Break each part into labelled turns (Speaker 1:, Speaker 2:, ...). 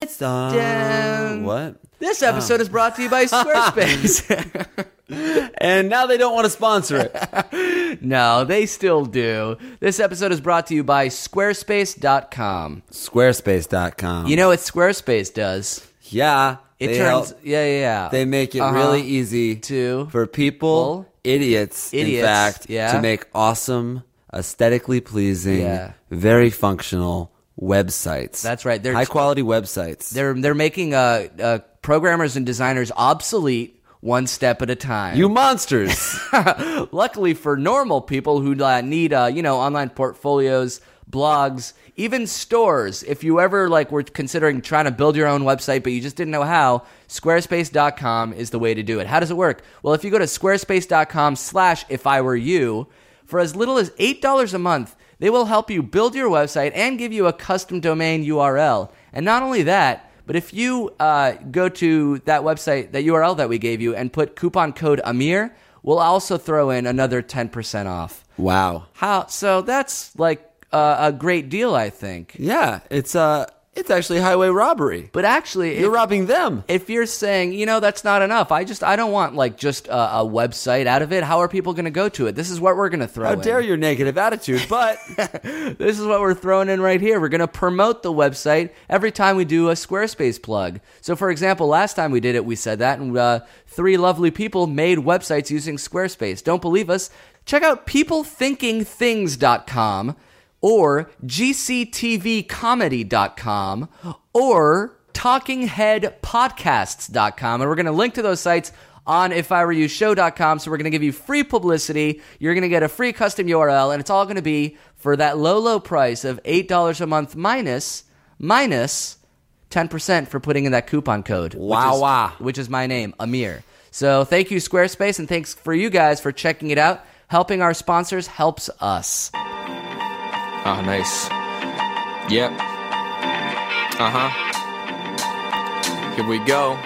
Speaker 1: It's uh,
Speaker 2: Dun.
Speaker 1: what?
Speaker 2: This episode is brought to you by Squarespace.
Speaker 1: And now they don't want to sponsor it.
Speaker 2: no, they still do. This episode is brought to you by Squarespace.com.
Speaker 1: Squarespace.com.
Speaker 2: You know what Squarespace does?
Speaker 1: yeah,
Speaker 2: It
Speaker 1: they
Speaker 2: turns,
Speaker 1: help-
Speaker 2: yeah, yeah, yeah.
Speaker 1: They make it
Speaker 2: Uh-huh.
Speaker 1: really easy
Speaker 2: To-
Speaker 1: for people,
Speaker 2: Full?
Speaker 1: idiots,
Speaker 2: Idiots,
Speaker 1: in fact,
Speaker 2: yeah.
Speaker 1: to make awesome, aesthetically pleasing,
Speaker 2: Yeah.
Speaker 1: very functional websites.
Speaker 2: That's right. They're-
Speaker 1: high quality websites.
Speaker 2: They're they're making uh, uh programmers and designers obsolete one step at a time.
Speaker 1: you monsters.
Speaker 2: Luckily for normal people who uh, need, uh, you know, online portfolios, blogs, even stores. If you ever like were considering trying to build your own website but you just didn't know how, squarespace.com is the way to do it. How does it work? Well, if you go to squarespace.com/if slash if I were you, for as little as $8 a month, they will help you build your website and give you a custom domain URL. And not only that, but if you uh, go to that website, that URL that we gave you, and put coupon code Amir, we'll also throw in another 10% off.
Speaker 1: wow.
Speaker 2: How? So that's like uh, a great deal, I think.
Speaker 1: Yeah, it's uh it's actually highway robbery.
Speaker 2: But actually,
Speaker 1: You're
Speaker 2: if,
Speaker 1: robbing them.
Speaker 2: if you're saying, you know, that's not enough, I just, I don't want like just a, a website out of it. How are people going to go to it? This is what we're going to throw
Speaker 1: How
Speaker 2: in.
Speaker 1: dare your negative attitude, but
Speaker 2: this is what we're throwing in right here. We're going to promote the website every time we do a Squarespace plug. So, for example, last time we did it, we said that, and uh, three lovely people made websites using Squarespace. Don't believe us? Check out peoplethinkingthings.com or gctvcomedy.com or talkingheadpodcasts.com. And we're going to link to those sites on if I were you show.com. So we're going to give you free publicity. You're going to get a free custom URL, and it's all going to be for that low, low price of $8 a month minus, minus 10% for putting in that coupon code.
Speaker 1: Wow,
Speaker 2: Which is,
Speaker 1: wow.
Speaker 2: Which is my name, Amir. So thank you, Squarespace, and thanks for you guys for checking it out. Helping our sponsors helps us.
Speaker 3: Oh, nice. Yep. Uh huh. Here we go.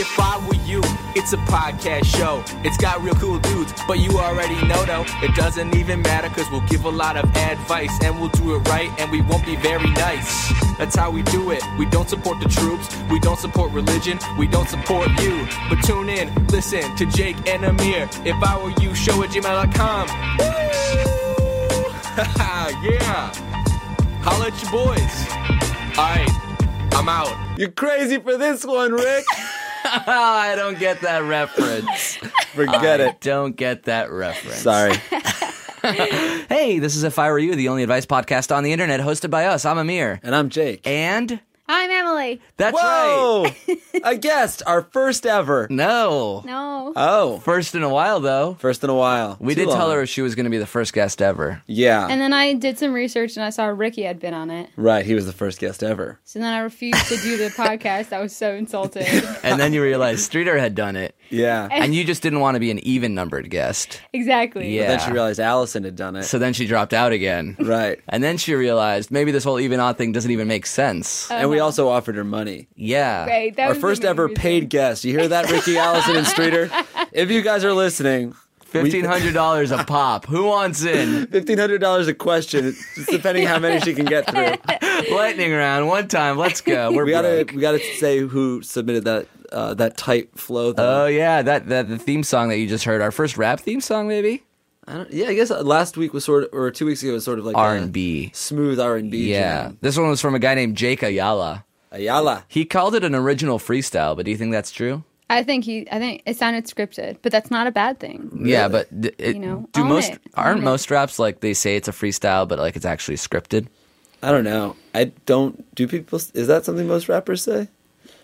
Speaker 3: If I were you, it's a podcast show. It's got real cool dudes, but you already know though. It doesn't even matter because we'll give a lot of advice and we'll do it right and we won't be very nice. That's how we do it. We don't support the troops, we don't support religion, we don't support you. But tune in, listen to Jake and Amir. If I were you, show at gmail.com. Woo! yeah. Holla at your boys. Alright, I'm out.
Speaker 1: you're crazy for this one, Rick.
Speaker 2: Ah, I don't get that reference.
Speaker 1: Forget it.
Speaker 2: Don't get that reference.
Speaker 1: Sorry.
Speaker 2: Hey, this is If I Were You, the only advice podcast on the internet hosted by us. I'm Amir.
Speaker 1: And I'm Jake.
Speaker 2: And
Speaker 4: I'm Emily.
Speaker 2: that's right.
Speaker 1: Whoa! a guest, our first ever.
Speaker 2: No.
Speaker 4: No.
Speaker 1: Oh,
Speaker 2: First in a while, though.
Speaker 1: first in a while.
Speaker 2: We
Speaker 1: Too
Speaker 2: did tell
Speaker 1: long.
Speaker 2: her she was going to be the first guest ever.
Speaker 1: Yeah,
Speaker 4: and then I did some research and I saw Ricky had been on it.
Speaker 1: right. He was the first guest ever.
Speaker 4: So then I refused to do the podcast. I was so insulted.
Speaker 2: And then you realized Streeter had done it.
Speaker 1: Yeah.
Speaker 2: And you just didn't want to be an even numbered guest.
Speaker 4: Exactly.
Speaker 2: Yeah.
Speaker 1: Then she realized Allison had done it.
Speaker 2: So then she dropped out again.
Speaker 1: right.
Speaker 2: And then she realized maybe this whole even odd thing doesn't even make sense.
Speaker 1: And we also offered her money.
Speaker 2: yeah.
Speaker 4: Right. That
Speaker 1: Our
Speaker 4: was the
Speaker 1: first
Speaker 4: main
Speaker 1: ever
Speaker 4: reason.
Speaker 1: paid guest. You hear that, Ricky, Allison, and Streeter? If you guys are listening, we-
Speaker 2: $1,500 a pop. Who wants in?
Speaker 1: $1,500 a question, just depending how many she can get through.
Speaker 2: lightning round one time. Let's go. We're
Speaker 1: We gotta,
Speaker 2: broke.
Speaker 1: we gotta say who submitted that uh, that tight flow. Though.
Speaker 2: Oh yeah, that that the theme song that you just heard, our first rap theme song, maybe
Speaker 1: I don't, yeah, I guess uh, last week was sort of, or two weeks ago was sort of like a
Speaker 2: R and B.
Speaker 1: smooth R and B. Uh,
Speaker 2: Yeah, this one was from a guy named Jake Ayala.
Speaker 1: Ayala.
Speaker 2: He called it an original freestyle, but do you think that's true?
Speaker 4: I think he. I think it sounded scripted, but that's not a bad thing.
Speaker 2: Yeah, but d- it,
Speaker 4: You know,
Speaker 2: do
Speaker 4: own
Speaker 2: most
Speaker 4: it,
Speaker 2: aren't
Speaker 4: own it.
Speaker 2: most raps like they say it's a freestyle, but like it's actually scripted?
Speaker 1: I don't know. I don't. Do people? Is that something most rappers say?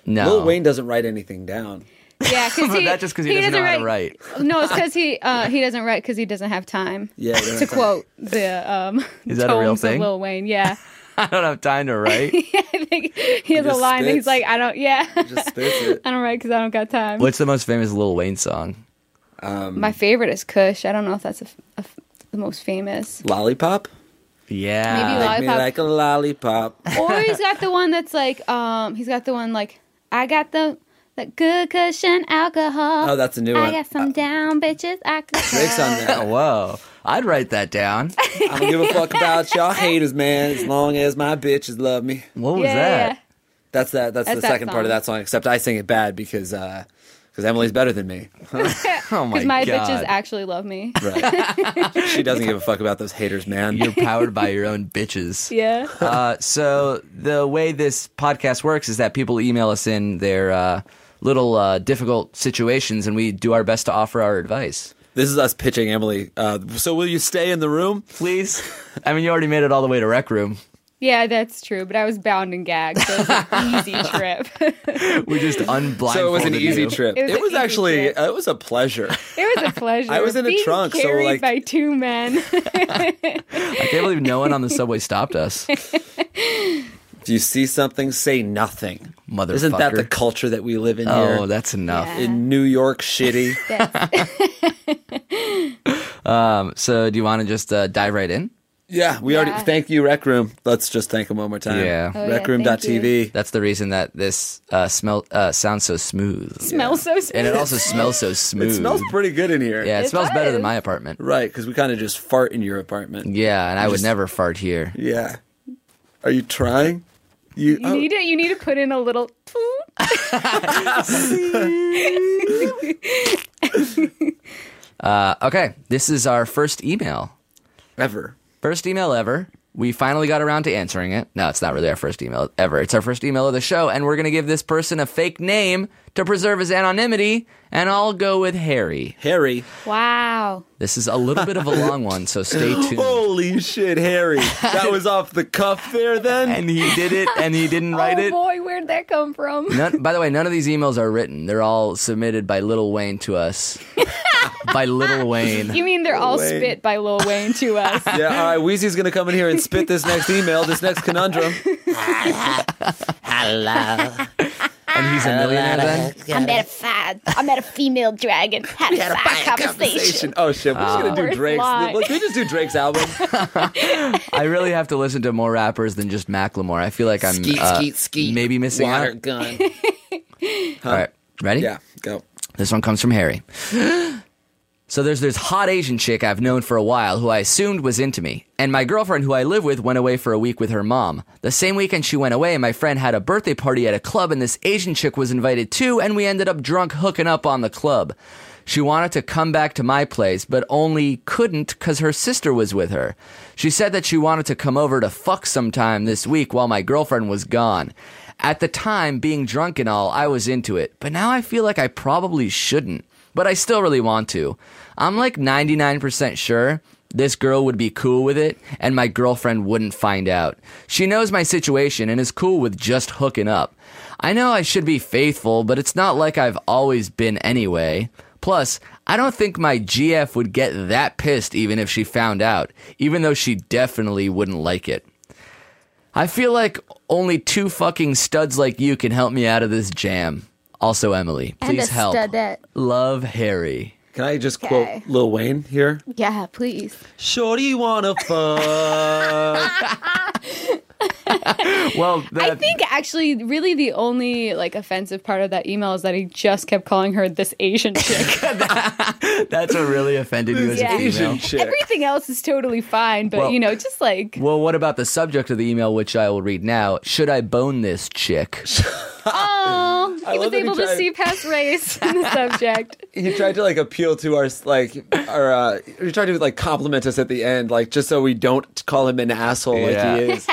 Speaker 2: No,
Speaker 1: Lil Wayne doesn't write anything down.
Speaker 4: Yeah, because
Speaker 2: But
Speaker 4: he.
Speaker 2: that's just 'cause he doesn't know how to
Speaker 4: No, it's because he uh, he doesn't write because he doesn't have time.
Speaker 1: Yeah, he doesn't
Speaker 4: To
Speaker 1: have time.
Speaker 4: quote the um,
Speaker 2: Is that a real
Speaker 4: tomes of
Speaker 2: thing?
Speaker 4: Lil Wayne. Yeah,
Speaker 2: I don't have time to write.
Speaker 4: I think he has a
Speaker 1: just
Speaker 4: line. that
Speaker 1: spits.
Speaker 4: He's like, I don't. Yeah,
Speaker 1: Just spits it.
Speaker 4: I don't write because I don't got time.
Speaker 2: What's the most famous Lil Wayne song?
Speaker 4: My favorite is Kush. I don't know if that's a f a f the most famous.
Speaker 1: Lollipop.
Speaker 2: Yeah,
Speaker 4: Maybe
Speaker 1: Make me
Speaker 4: Lollipop.
Speaker 1: like a lollipop.
Speaker 4: or he's got the one that's like, um, he's got the one like, I got the that good cushion alcohol.
Speaker 1: Oh, that's a new
Speaker 4: I
Speaker 1: one.
Speaker 4: got some down bitches. I could
Speaker 1: Drake's on that.
Speaker 2: Whoa, Oh, I'd write that down.
Speaker 1: I don't give a fuck about y'all haters, man. As long as my bitches love me.
Speaker 2: What was
Speaker 4: Yeah,
Speaker 2: that?
Speaker 4: yeah.
Speaker 1: That's that. That's,
Speaker 4: That's
Speaker 1: the
Speaker 4: that
Speaker 1: second part of
Speaker 4: song.
Speaker 1: that song. Except I sing it bad because because Emily's better than me.
Speaker 2: Oh my,
Speaker 4: Because my
Speaker 2: god,
Speaker 4: bitches actually love me.
Speaker 1: Right. she doesn't give a fuck about those haters, man.
Speaker 2: you're powered by your own bitches.
Speaker 4: Yeah.
Speaker 2: Uh, so the way this podcast works is that people email us in their uh, little uh, difficult situations, and we do our best to offer our advice.
Speaker 1: This is us pitching Emily. Uh, so will you stay in the room?
Speaker 2: Please, I mean, you already made it all the way to rec room.
Speaker 4: Yeah, that's true. But I was bound and gagged, so it was an easy trip. it
Speaker 2: We just unblindfolded.
Speaker 1: So it was an easy
Speaker 2: you.
Speaker 1: trip.
Speaker 4: It was an easy
Speaker 1: actually uh,
Speaker 4: trip.
Speaker 1: it was a pleasure.
Speaker 4: was a pleasure.
Speaker 1: I was in a
Speaker 4: Being
Speaker 1: trunk, so,
Speaker 4: carried
Speaker 1: like-
Speaker 4: by two men.
Speaker 2: I can't believe no one on the subway stopped us.
Speaker 1: if you see something, say nothing.
Speaker 2: Motherfucker.
Speaker 1: Isn't that the culture that we live in
Speaker 2: Oh,
Speaker 1: here
Speaker 2: that's enough.
Speaker 4: Yeah.
Speaker 1: in New York City?
Speaker 2: So, do you want to just uh, dive right in?
Speaker 1: yeah, we
Speaker 4: Yeah.
Speaker 1: already thank you, Rec Room. Let's just thank them one more time.
Speaker 2: Yeah. Oh,
Speaker 4: yeah,
Speaker 1: Rec Room
Speaker 4: thank you.
Speaker 1: TV.
Speaker 2: That's the reason that this uh, smell uh, sounds so smooth,
Speaker 4: Smells so sweet.
Speaker 2: and it also smells so smooth.
Speaker 1: It smells pretty good in here.
Speaker 2: yeah, it,
Speaker 4: It
Speaker 2: smells better than
Speaker 4: does.
Speaker 2: my apartment.
Speaker 1: Right, because we kind of just fart in your apartment.
Speaker 2: Yeah, and I would never fart here.
Speaker 1: Yeah. Are you trying? You, oh,
Speaker 4: you need to you need to put in a little
Speaker 2: Okay, this is our first email.
Speaker 1: ever.
Speaker 2: First email ever. We finally got around to answering it. No, it's not really our first email ever. It's our first email of the show, and we're going to give this person a fake name to preserve his anonymity, and I'll go with Harry.
Speaker 1: Harry.
Speaker 4: Wow.
Speaker 2: This is a little bit of a long one, so stay tuned.
Speaker 1: Holy shit, Harry. That was off the cuff there then?
Speaker 2: And he did it, and he didn't write
Speaker 4: oh
Speaker 2: it.
Speaker 4: boy, where'd that come from?
Speaker 2: None, by the way, none of these emails are written. They're all submitted by Little Wayne to us. by Little Wayne.
Speaker 4: You mean they're all
Speaker 1: Wayne.
Speaker 4: spit by Lil Wayne to us?
Speaker 1: yeah, all right. Wheezy's going to come in here and spit this next email, this next conundrum.
Speaker 2: And he's a millionaire then?
Speaker 5: I met a fad. I met a female dragon. Had a fine conversation.
Speaker 1: Oh, shit. We're just going to do
Speaker 4: Worth
Speaker 1: Drake's.
Speaker 4: lie.
Speaker 1: Let's we just do Drake's album.
Speaker 2: I really have to listen to more rappers than just Macklemore. I feel like I'm uh, maybe missing
Speaker 1: Water
Speaker 2: out.
Speaker 1: gun.
Speaker 2: All right, ready?
Speaker 1: Yeah, go.
Speaker 2: This one comes from Harry. so there's this hot Asian chick I've known for a while who I assumed was into me, and my girlfriend who I live with went away for a week with her mom. The same weekend she went away, my friend had a birthday party at a club, and this Asian chick was invited too, and we ended up drunk hooking up on the club. She wanted to come back to my place, but only couldn't because her sister was with her. She said that she wanted to come over to fuck sometime this week while my girlfriend was gone. At the time, being drunk and all, I was into it, but now I feel like I probably shouldn't, but I still really want to. I'm like 99% sure this girl would be cool with it, and my girlfriend wouldn't find out. She knows my situation and is cool with just hooking up. I know I should be faithful, but it's not like I've always been anyway. Plus, I don't think my GF would get that pissed even if she found out, even though she definitely wouldn't like it. I feel like only two fucking studs like you can help me out of this jam. Also, Emily,
Speaker 4: And
Speaker 2: please
Speaker 4: a
Speaker 2: help.
Speaker 4: studette.
Speaker 2: Love Harry.
Speaker 1: Can I just quote Lil Wayne here?
Speaker 4: Yeah, please.
Speaker 1: Shorty wanna fuck.
Speaker 2: Well, that,
Speaker 4: I think actually, really, the only like offensive part of that email is that he just kept calling her this Asian chick.
Speaker 2: that's what really offended you as
Speaker 4: Yeah.
Speaker 2: a female.
Speaker 1: Asian chick.
Speaker 4: Everything else is totally fine, but
Speaker 2: Well-
Speaker 4: you know, just like
Speaker 2: Well, what about the subject of the email, which I will read now? Should I bone this chick?
Speaker 4: oh, he
Speaker 1: love
Speaker 4: was
Speaker 1: that he
Speaker 4: able to
Speaker 1: tried-
Speaker 4: see past race in the subject.
Speaker 1: he tried to like appeal to our like our uh he tried to like compliment us at the end like just so we don't call him an asshole
Speaker 2: Yeah.
Speaker 1: like he is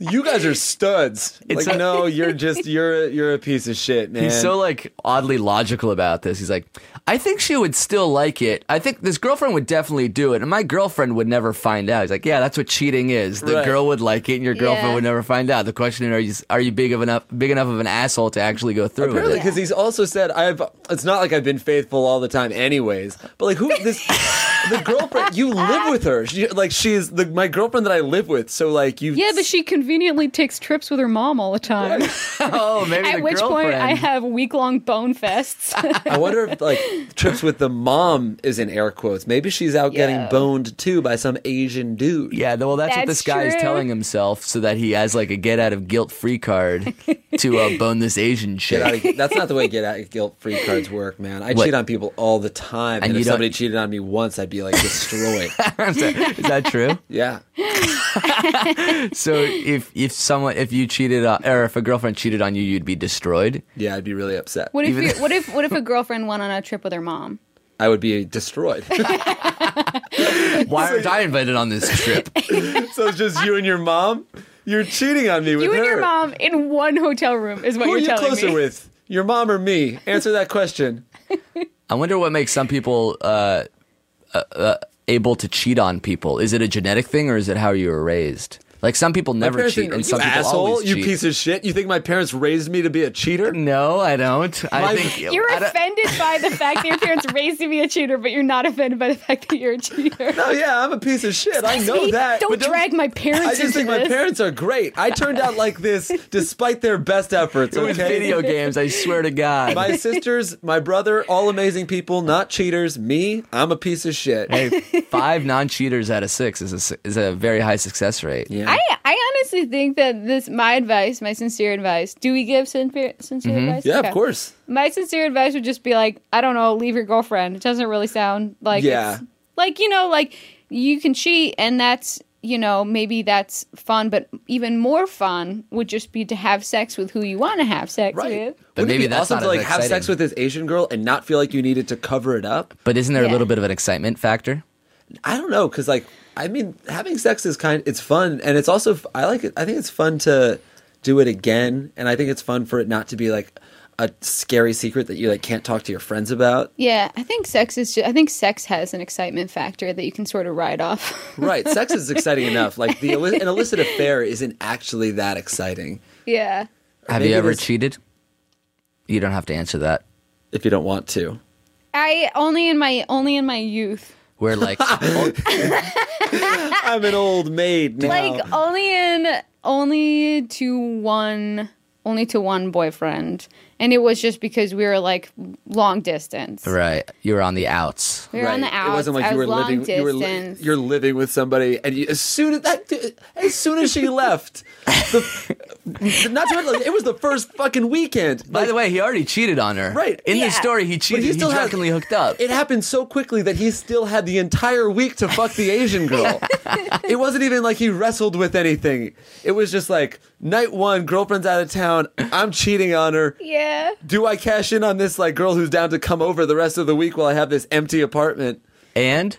Speaker 1: You guys are studs.
Speaker 2: It's
Speaker 1: like
Speaker 2: a-
Speaker 1: no, you're just you're a, you're a piece of shit, man.
Speaker 2: He's so like oddly logical about this. He's like, I think she would still like it. I think this girlfriend would definitely do it, and my girlfriend would never find out. He's like, yeah, that's what cheating is. The
Speaker 1: Right.
Speaker 2: girl would like it, and your girlfriend
Speaker 4: Yeah.
Speaker 2: would never find out. The question is, are you are you big of enough big enough of an asshole to actually go through
Speaker 1: Apparently,
Speaker 2: with it?
Speaker 1: because he's also said I've. It's not like I've been faithful all the time, anyways. But like who this the girlfriend you live with her? She, like she's the my girlfriend that I live with. So like you.
Speaker 4: Yeah, but she conveniently takes trips with her mom all the time.
Speaker 2: Oh, maybe
Speaker 4: At
Speaker 2: the
Speaker 4: which point, I
Speaker 2: girlfriend.
Speaker 4: have week long bone fests.
Speaker 1: I wonder if like trips with the mom is in air quotes. Maybe she's out getting
Speaker 4: Yeah.
Speaker 1: boned too by some Asian dude.
Speaker 2: Yeah, well, that's, what
Speaker 4: That's
Speaker 2: this guy is
Speaker 4: true.
Speaker 2: telling himself, so that he has like a get out of guilt free card to uh, bone this Asian
Speaker 1: Get out
Speaker 2: shit.
Speaker 1: of, that's not the way get out of guilt free cards work, man. I
Speaker 2: What?
Speaker 1: cheat on people all the time, and,
Speaker 2: you
Speaker 1: if
Speaker 2: don't-
Speaker 1: somebody cheated on me once, I'd be like destroyed.
Speaker 2: is that true?
Speaker 1: yeah,
Speaker 2: So if if someone if you cheated on, or if a girlfriend cheated on you, you'd be destroyed.
Speaker 1: yeah, I'd be really upset.
Speaker 4: What if
Speaker 2: Even-
Speaker 4: you, what if what if a girlfriend went on a trip with her mom?
Speaker 1: I would be destroyed.
Speaker 2: Why aren't I invited on this trip?
Speaker 1: so it's just you and your mom. You're cheating on me with
Speaker 4: You and
Speaker 1: her.
Speaker 4: your mom in one hotel room is what
Speaker 1: Who
Speaker 4: you're
Speaker 1: are you
Speaker 4: telling
Speaker 1: closer
Speaker 4: me.
Speaker 1: with, your mom or me? Answer that question.
Speaker 2: I wonder what makes some people uh, uh, uh, able to cheat on people. Is it a genetic thing, or is it how you were raised? Like some people
Speaker 1: My
Speaker 2: never
Speaker 1: parents
Speaker 2: cheat,
Speaker 1: didn't-
Speaker 2: and
Speaker 1: you
Speaker 2: some people
Speaker 1: asshole,
Speaker 2: always
Speaker 1: you
Speaker 2: cheat.
Speaker 1: piece of shit. You think my parents raised me to be a cheater?
Speaker 2: no, I don't. I
Speaker 1: My-
Speaker 2: think
Speaker 4: You're
Speaker 2: I don't-
Speaker 4: offended by the fact that your parents raised you to be a cheater, but you're not offended by the fact that you're a cheater.
Speaker 1: Oh yeah, I'm a piece of shit. I know
Speaker 4: See,
Speaker 1: that.
Speaker 4: Don't
Speaker 1: but
Speaker 4: drag my parents
Speaker 1: I just
Speaker 4: into
Speaker 1: think my
Speaker 4: this.
Speaker 1: parents are great. I turned out like this despite their best efforts.
Speaker 2: It
Speaker 1: Okay?
Speaker 2: was video games. I swear to God.
Speaker 1: My sisters, my brother, all amazing people, not cheaters. Me, I'm a piece of shit.
Speaker 2: hey, five non-cheaters out of six is a, s- is a very high success rate.
Speaker 1: Yeah.
Speaker 4: I, I honestly think that this my advice, my sincere advice. Do we give sincere, sincere advice?
Speaker 1: Mm-hmm. yeah,
Speaker 4: Okay.
Speaker 1: of course.
Speaker 4: My sincere advice would just be like, I don't know, leave your girlfriend. It doesn't really sound like
Speaker 1: Yeah.
Speaker 4: it's, like you know, like you can cheat and that's you know, maybe that's fun, but even more fun would just be to have sex with who you want to have sex
Speaker 1: Right.
Speaker 4: with.
Speaker 2: But
Speaker 1: Wouldn't it
Speaker 2: maybe
Speaker 1: be
Speaker 2: that's
Speaker 1: awesome
Speaker 2: not
Speaker 1: to
Speaker 2: as
Speaker 1: like have
Speaker 2: exciting.
Speaker 1: sex with this Asian girl and not feel like you needed to cover it up.
Speaker 2: But isn't there a
Speaker 4: Yeah.
Speaker 2: little bit of an excitement factor?
Speaker 1: I don't know because like I mean having sex is kind it's fun and it's also I like it I think it's fun to do it again and I think it's fun for it not to be like a scary secret that you like can't talk to your friends about.
Speaker 4: Yeah, I think sex is. Just, I think sex has an excitement factor that you can sort of ride off.
Speaker 1: Right, sex is exciting enough. Like the illi- an illicit affair isn't actually that exciting
Speaker 4: yeah.
Speaker 2: Have
Speaker 1: Maybe
Speaker 2: you ever
Speaker 1: there's-
Speaker 2: cheated? You don't have to answer that.
Speaker 1: if you don't want to.
Speaker 4: I only in my only in my youth.
Speaker 2: Where like oh,
Speaker 1: I'm an old maid now.
Speaker 4: Like only in only to one only to one boyfriend. And it was just because we were like long distance.
Speaker 2: right, you were on the outs.
Speaker 4: We were on the
Speaker 1: Right.
Speaker 4: outs.
Speaker 1: It wasn't like
Speaker 4: I
Speaker 1: you were
Speaker 4: was long
Speaker 1: living. You were li-
Speaker 4: distance.
Speaker 1: you're living with somebody, and you, as soon as that, as soon as she left, the, not to mention, like, it was the first fucking weekend.
Speaker 2: By
Speaker 1: Like,
Speaker 2: the way, he already cheated on her.
Speaker 1: Right.
Speaker 2: In
Speaker 6: Yeah.
Speaker 2: the story, he cheated. He,
Speaker 1: still had-
Speaker 2: drunkenly hooked up.
Speaker 1: it happened so quickly that he still had the entire week to fuck the Asian girl. it wasn't even like he wrestled with anything. It was just like night one, girlfriend's out of town. I'm cheating on her.
Speaker 4: yeah.
Speaker 1: Do I cash in on this like girl who's down to come over the rest of the week while I have this empty apartment?
Speaker 2: and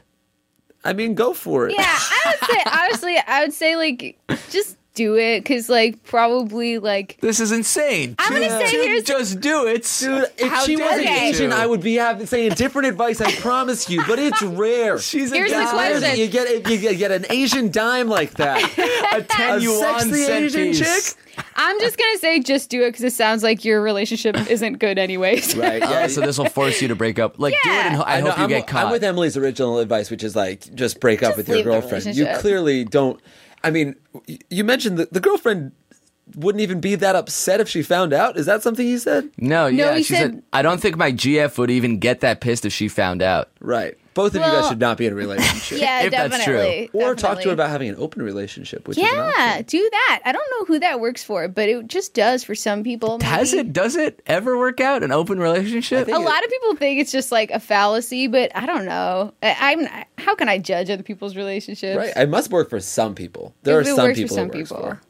Speaker 1: I mean, go for it.
Speaker 4: Yeah, I would say honestly, I would say like just do it cuz like probably like
Speaker 2: this is insane.
Speaker 4: I'm gonna
Speaker 2: Dude,
Speaker 4: say
Speaker 2: dude,
Speaker 4: here's-
Speaker 2: just do it.
Speaker 1: Dude, if
Speaker 2: How
Speaker 1: she
Speaker 2: dare
Speaker 1: was an
Speaker 4: you.
Speaker 1: Asian, I would be having, saying different advice. I promise you, but it's rare.
Speaker 2: She's a
Speaker 4: Here's the
Speaker 2: dime.
Speaker 1: it's rare that
Speaker 4: question.
Speaker 1: you get if you get- get an Asian dime like that.
Speaker 2: A ten
Speaker 1: A
Speaker 2: yuan
Speaker 1: sexy
Speaker 2: cent
Speaker 1: Asian
Speaker 2: piece.
Speaker 1: chick.
Speaker 4: I'm just going to say just do it cuz it sounds like your relationship isn't good anyways.
Speaker 1: Right.
Speaker 2: Oh, so this will force you to break up. Like do it, and ho- I, hope
Speaker 1: Um, know,
Speaker 2: you
Speaker 1: I'm,
Speaker 2: get caught.
Speaker 1: I'm with Emily's original advice, which is like just break up with your
Speaker 4: leave the
Speaker 1: girlfriend. You
Speaker 4: relationship.
Speaker 1: clearly don't. I mean, y- you mentioned that the girlfriend wouldn't even be that upset if she found out. Is that something you said?
Speaker 2: No, yeah,
Speaker 4: he
Speaker 2: she said,
Speaker 4: said-
Speaker 2: I don't think my GF would even get that pissed if she found out.
Speaker 1: Right. Both of you guys
Speaker 4: Well-
Speaker 1: should not be in a relationship.
Speaker 6: Yeah,
Speaker 2: If that's true.
Speaker 6: definitely.
Speaker 1: Or talk to her
Speaker 4: definitely.
Speaker 1: about having an open relationship, which is an option.
Speaker 4: Yeah, do that. I don't know who that works for, but it just does for some people.
Speaker 2: Has
Speaker 4: maybe.
Speaker 2: it? Does it ever work out? An open relationship?
Speaker 4: A lot of people think it's just like a fallacy, but I don't know. I, I'm how can I judge other people's relationships?
Speaker 1: Right. It must work for some people. There
Speaker 4: If
Speaker 1: are
Speaker 4: it
Speaker 1: some
Speaker 4: works for
Speaker 1: people
Speaker 4: some
Speaker 1: it works
Speaker 4: people.
Speaker 1: for.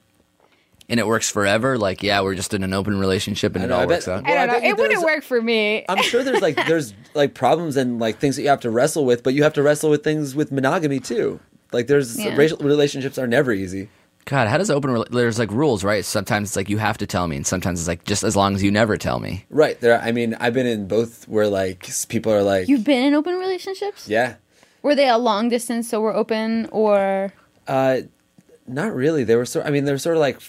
Speaker 2: and it works forever. Like, yeah, we're just in an open relationship, and
Speaker 1: I
Speaker 2: it
Speaker 1: know,
Speaker 2: all
Speaker 1: I bet-
Speaker 2: works out.
Speaker 4: I
Speaker 1: Well, I
Speaker 4: don't
Speaker 1: bet
Speaker 4: know.
Speaker 1: you
Speaker 4: It wouldn't
Speaker 1: there's-
Speaker 4: work for me.
Speaker 1: I'm sure there's like there's like problems and like things that you have to wrestle with, but you have to wrestle with things with monogamy too. Like there's
Speaker 4: Yeah.
Speaker 1: racial relationships are never easy.
Speaker 2: God, how does open? rela- There's like rules, right? Sometimes it's like you have to tell me, and sometimes it's like just as long as you never tell me.
Speaker 1: Right there. I mean, I've been in both where like s- people are like,
Speaker 4: You've been in open relationships?
Speaker 1: yeah,
Speaker 4: Were they a long distance, so we're open, or
Speaker 1: uh, not really. They were sort. I mean, they're sort of like,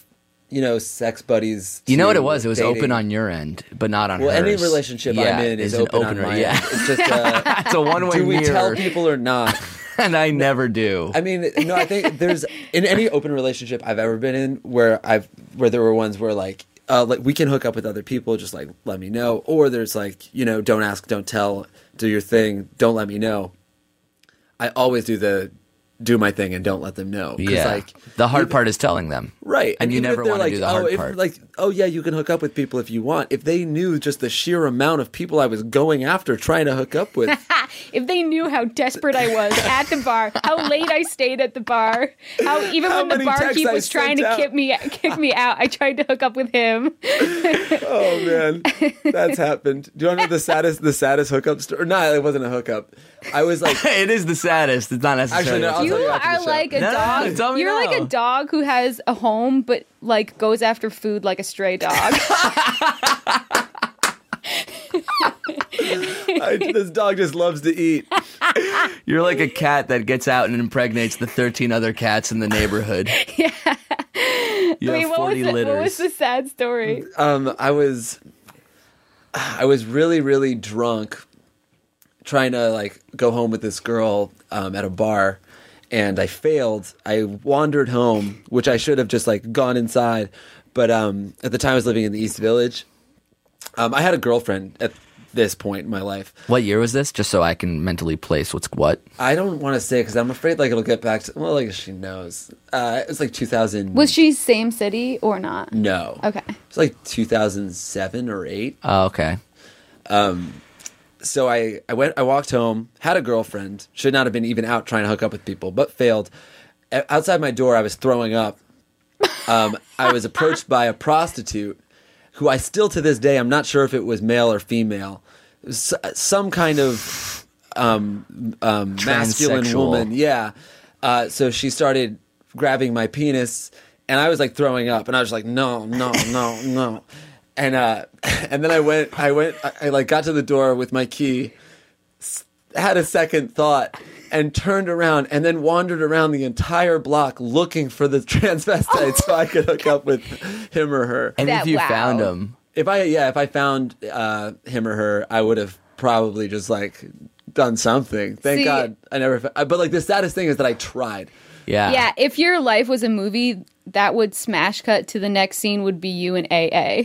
Speaker 1: you know, sex buddies.
Speaker 2: You know
Speaker 1: to
Speaker 2: what it was? It was
Speaker 1: dating.
Speaker 2: open on your end, but not on
Speaker 1: Well,
Speaker 2: hers.
Speaker 1: any relationship
Speaker 2: Yeah,
Speaker 1: I'm in is,
Speaker 2: an
Speaker 1: open, on
Speaker 2: opener,
Speaker 1: my.
Speaker 2: Yeah,
Speaker 1: end. It's just. Uh,
Speaker 2: it's a one-way
Speaker 1: do we
Speaker 2: mirror,
Speaker 1: tell people or not?
Speaker 2: and I never do.
Speaker 1: I mean, no, I think there's in any open relationship I've ever been in where I've where there were ones where like uh, like we can hook up with other people, just like let me know, or there's like you know don't ask, don't tell, do your thing, don't let me know. I always do the do my thing and don't let them know. 'Cause,
Speaker 2: yeah,
Speaker 1: like
Speaker 2: the hard part is telling them,
Speaker 1: Right,
Speaker 2: And, you
Speaker 1: even if
Speaker 2: never
Speaker 1: they're
Speaker 2: want to
Speaker 1: like,
Speaker 2: do the
Speaker 1: oh,
Speaker 2: hard
Speaker 1: if,
Speaker 2: part.
Speaker 1: Like, oh yeah, you can hook up with people if you want. If they knew just the sheer amount of people I was going after, trying to hook up with,
Speaker 4: if they knew how desperate I was at the bar, how late I stayed at the bar, how even
Speaker 1: How
Speaker 4: when the
Speaker 1: many texts
Speaker 4: barkeep
Speaker 1: I
Speaker 4: was trying
Speaker 1: sent
Speaker 4: to
Speaker 1: out.
Speaker 4: kick me kick me out, I tried to hook up with him.
Speaker 1: Oh man, that's happened. Do you want to know the saddest, the saddest hookup story? No, it wasn't a hookup. I was like,
Speaker 2: it is the saddest. It's not necessarily.
Speaker 1: Actually, no, I'll
Speaker 4: you
Speaker 1: tell you after the
Speaker 4: are
Speaker 1: show.
Speaker 4: like
Speaker 2: No,
Speaker 4: a
Speaker 2: no, no,
Speaker 4: dog.
Speaker 2: tell me
Speaker 4: You're like
Speaker 2: now.
Speaker 4: a dog who has a home but like goes after food like a stray dog.
Speaker 1: I, this dog just loves to eat.
Speaker 2: You're like a cat that gets out and impregnates the 13 other cats in the neighborhood. yeah. You
Speaker 4: Wait,
Speaker 2: have
Speaker 4: what was,
Speaker 2: 40
Speaker 4: the,
Speaker 2: litters.
Speaker 4: what was the sad story?
Speaker 1: Um, I was, I was really, really drunk, trying to like go home with this girl um, at a bar, and I failed. I wandered home, which I should have just like gone inside, but um, at the time I was living in the East Village. Um, I had a girlfriend at this point in my life.
Speaker 2: What year was this? Just so I can mentally place what's what.
Speaker 1: I don't want to say because I'm afraid like it'll get back to well like she knows. Uh, it's like 2000.
Speaker 4: Was she same city or not?
Speaker 1: no?
Speaker 4: Okay.
Speaker 1: It's like 2007 or eight.
Speaker 2: Oh, okay.
Speaker 1: So I I went I walked home had a girlfriend should not have been even out trying to hook up with people but failed. O- Outside my door I was throwing up. Um, I was approached by a prostitute who I still to this day I'm not sure if it was male or female. It was s- some kind of um, um, masculine
Speaker 2: Transsexual.
Speaker 1: woman. Yeah. Uh, so she started grabbing my penis, and I was like throwing up, and I was like, no, no, no, no. And uh, and then I went, I went, I, I like got to the door with my key, s- had a second thought, and turned around, and then wandered around the entire block looking for the transvestite so I could hook up with him or her.
Speaker 2: And
Speaker 4: That-
Speaker 2: if you
Speaker 4: wow.
Speaker 2: found him,
Speaker 1: If I yeah, if I found uh, him or her, I would have probably just like done something. Thank
Speaker 4: See-
Speaker 1: God I never. fa- I- But like the saddest thing is that I tried.
Speaker 2: yeah.
Speaker 4: Yeah, if your life was a movie, that would smash cut to the next scene would be you and AA.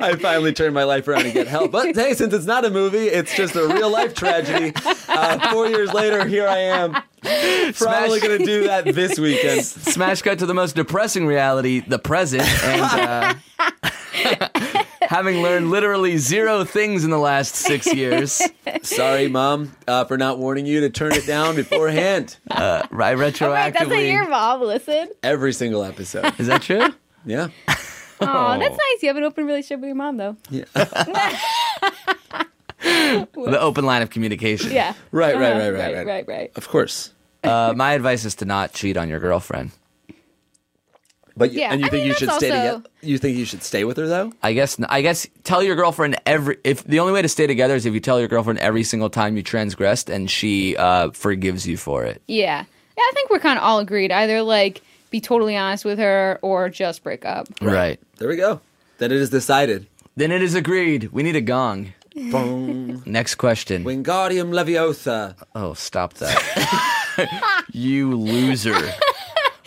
Speaker 1: I finally turned my life around and get help. But hey, since it's not a movie, it's just a real life tragedy. Uh, four years later, here I am. Probably
Speaker 2: Smash-
Speaker 1: gonna do that this weekend.
Speaker 2: Smash cut to the most depressing reality, the present, and uh, having learned literally zero things in the last six years.
Speaker 1: Sorry, mom, uh, for not warning you to turn it down beforehand.
Speaker 2: I retroactively.
Speaker 4: Right, that's not your mom. Listen,
Speaker 1: Every single episode.
Speaker 2: Is that true?
Speaker 1: Yeah.
Speaker 4: oh, that's nice. You have an open relationship with your mom, though.
Speaker 2: the open line of communication.
Speaker 4: Yeah,
Speaker 1: Right, right,
Speaker 4: Uh-huh,
Speaker 1: right, right,
Speaker 4: right,
Speaker 1: right.
Speaker 4: right, right.
Speaker 1: Of course.
Speaker 2: Uh, my advice is to not cheat on your girlfriend.
Speaker 1: But you-
Speaker 4: Yeah,
Speaker 1: and you
Speaker 4: I
Speaker 1: think
Speaker 4: mean,
Speaker 1: you should
Speaker 4: that's
Speaker 1: stay
Speaker 4: also-
Speaker 1: together? You think you should stay with her though?
Speaker 2: I guess I guess tell your girlfriend every if the only way to stay together is if you tell your girlfriend every single time you transgressed and she uh, forgives you for it.
Speaker 4: Yeah, yeah. I think we're kind of all agreed. Either like be totally honest with her, or just break up.
Speaker 2: Right.
Speaker 1: There we go. Then it is decided.
Speaker 2: Then it is agreed. We need a gong.
Speaker 1: Boom.
Speaker 2: Next question.
Speaker 1: Wingardium Leviosa.
Speaker 2: Oh, stop that. you loser.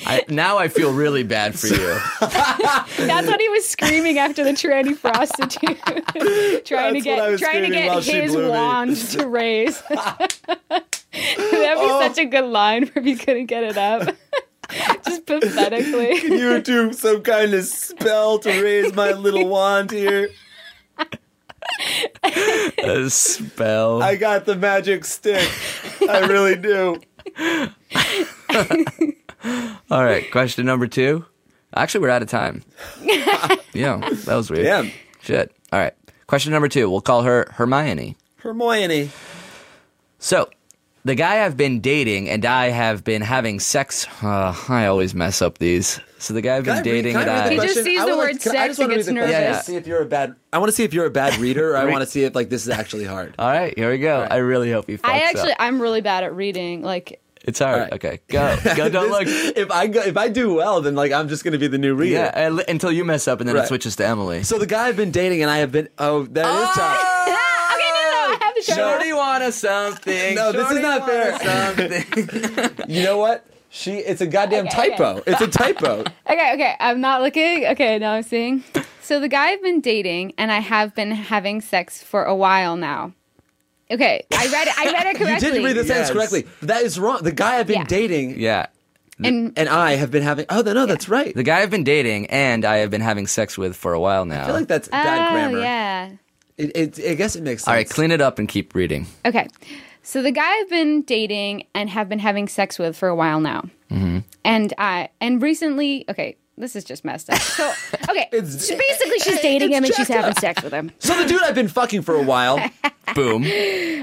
Speaker 2: I, now I feel really bad for you.
Speaker 4: That's what he was screaming after the tranny prostitute, trying to
Speaker 1: That's what I
Speaker 4: get
Speaker 1: was
Speaker 4: trying to
Speaker 1: screaming while
Speaker 4: get
Speaker 1: she
Speaker 4: his
Speaker 1: blew me.
Speaker 4: wand to raise. That'd be such a good line where he couldn't get it up, just pathetically.
Speaker 1: You do some kind of spell to raise my little wand here.
Speaker 2: A spell.
Speaker 1: I got the magic stick. I really do.
Speaker 2: All right, question number two. Actually, we're out of time. yeah, that was weird.
Speaker 1: Damn.
Speaker 2: Shit. All right, question number two. We'll call her Hermione.
Speaker 1: Hermione.
Speaker 2: So, the guy I've been dating and I have been having sex. Uh, I always mess up these. So the guy I've been
Speaker 1: Can I read-
Speaker 2: dating
Speaker 1: can
Speaker 2: and
Speaker 1: I read
Speaker 2: I.
Speaker 4: He just
Speaker 1: question?
Speaker 4: sees
Speaker 1: I
Speaker 4: the
Speaker 1: would-
Speaker 4: word
Speaker 1: can- I
Speaker 4: sex
Speaker 1: just
Speaker 4: and
Speaker 1: wanna read
Speaker 4: gets
Speaker 1: the question.
Speaker 2: nervous. Yeah, yeah.
Speaker 1: See if you're a bad. I want to see if you're a bad reader. or I
Speaker 2: Re-
Speaker 1: want to see if like this is actually hard.
Speaker 2: all right, here we go. I really hope he fucks
Speaker 4: I actually,
Speaker 2: up.
Speaker 4: I'm really bad at reading. Like,
Speaker 2: It's all right.
Speaker 1: right.
Speaker 2: Okay, go, go. Don't look.
Speaker 1: This- If I go, if I do well, then like I'm just going to be the new reader.
Speaker 2: Yeah, and- until you mess up, and then it
Speaker 1: Right.
Speaker 2: switches to Emily.
Speaker 1: So the guy I've been dating and I have been. Oh, that is tough.
Speaker 4: okay, no, no, I have to show
Speaker 2: Shorty wanna something.
Speaker 1: No, this is
Speaker 2: Shorty
Speaker 1: not fair.
Speaker 2: wanna Something.
Speaker 1: You know what? She. It's a goddamn
Speaker 4: Okay, okay.
Speaker 1: typo. It's a typo.
Speaker 4: Okay, okay. I'm not looking. Okay, now I'm seeing. So the guy I've been dating and I have been having sex for a while now. Okay, I read it. I read it
Speaker 1: you
Speaker 4: correctly.
Speaker 1: didn't read the sentence
Speaker 2: Yes.
Speaker 1: correctly. That is wrong. The guy I've been
Speaker 4: Yeah.
Speaker 1: dating
Speaker 2: yeah.
Speaker 4: And
Speaker 1: and I have been having. Oh, no, no, that's right.
Speaker 2: The guy I've been dating and I have been having sex with for a while now.
Speaker 1: I feel like that's
Speaker 4: oh
Speaker 1: bad grammar.
Speaker 4: yeah.
Speaker 1: It, it, I guess it makes sense.
Speaker 2: All right, clean it up and keep reading.
Speaker 4: Okay. So the guy I've been dating and have been having sex with for a while now. Mm-hmm. And I and recently, okay, this is just messed up. So okay,
Speaker 1: It's-
Speaker 4: so
Speaker 7: Basically, she's dating him and she's having sex with him.
Speaker 1: So the dude I've been fucking for a while.
Speaker 2: Boom.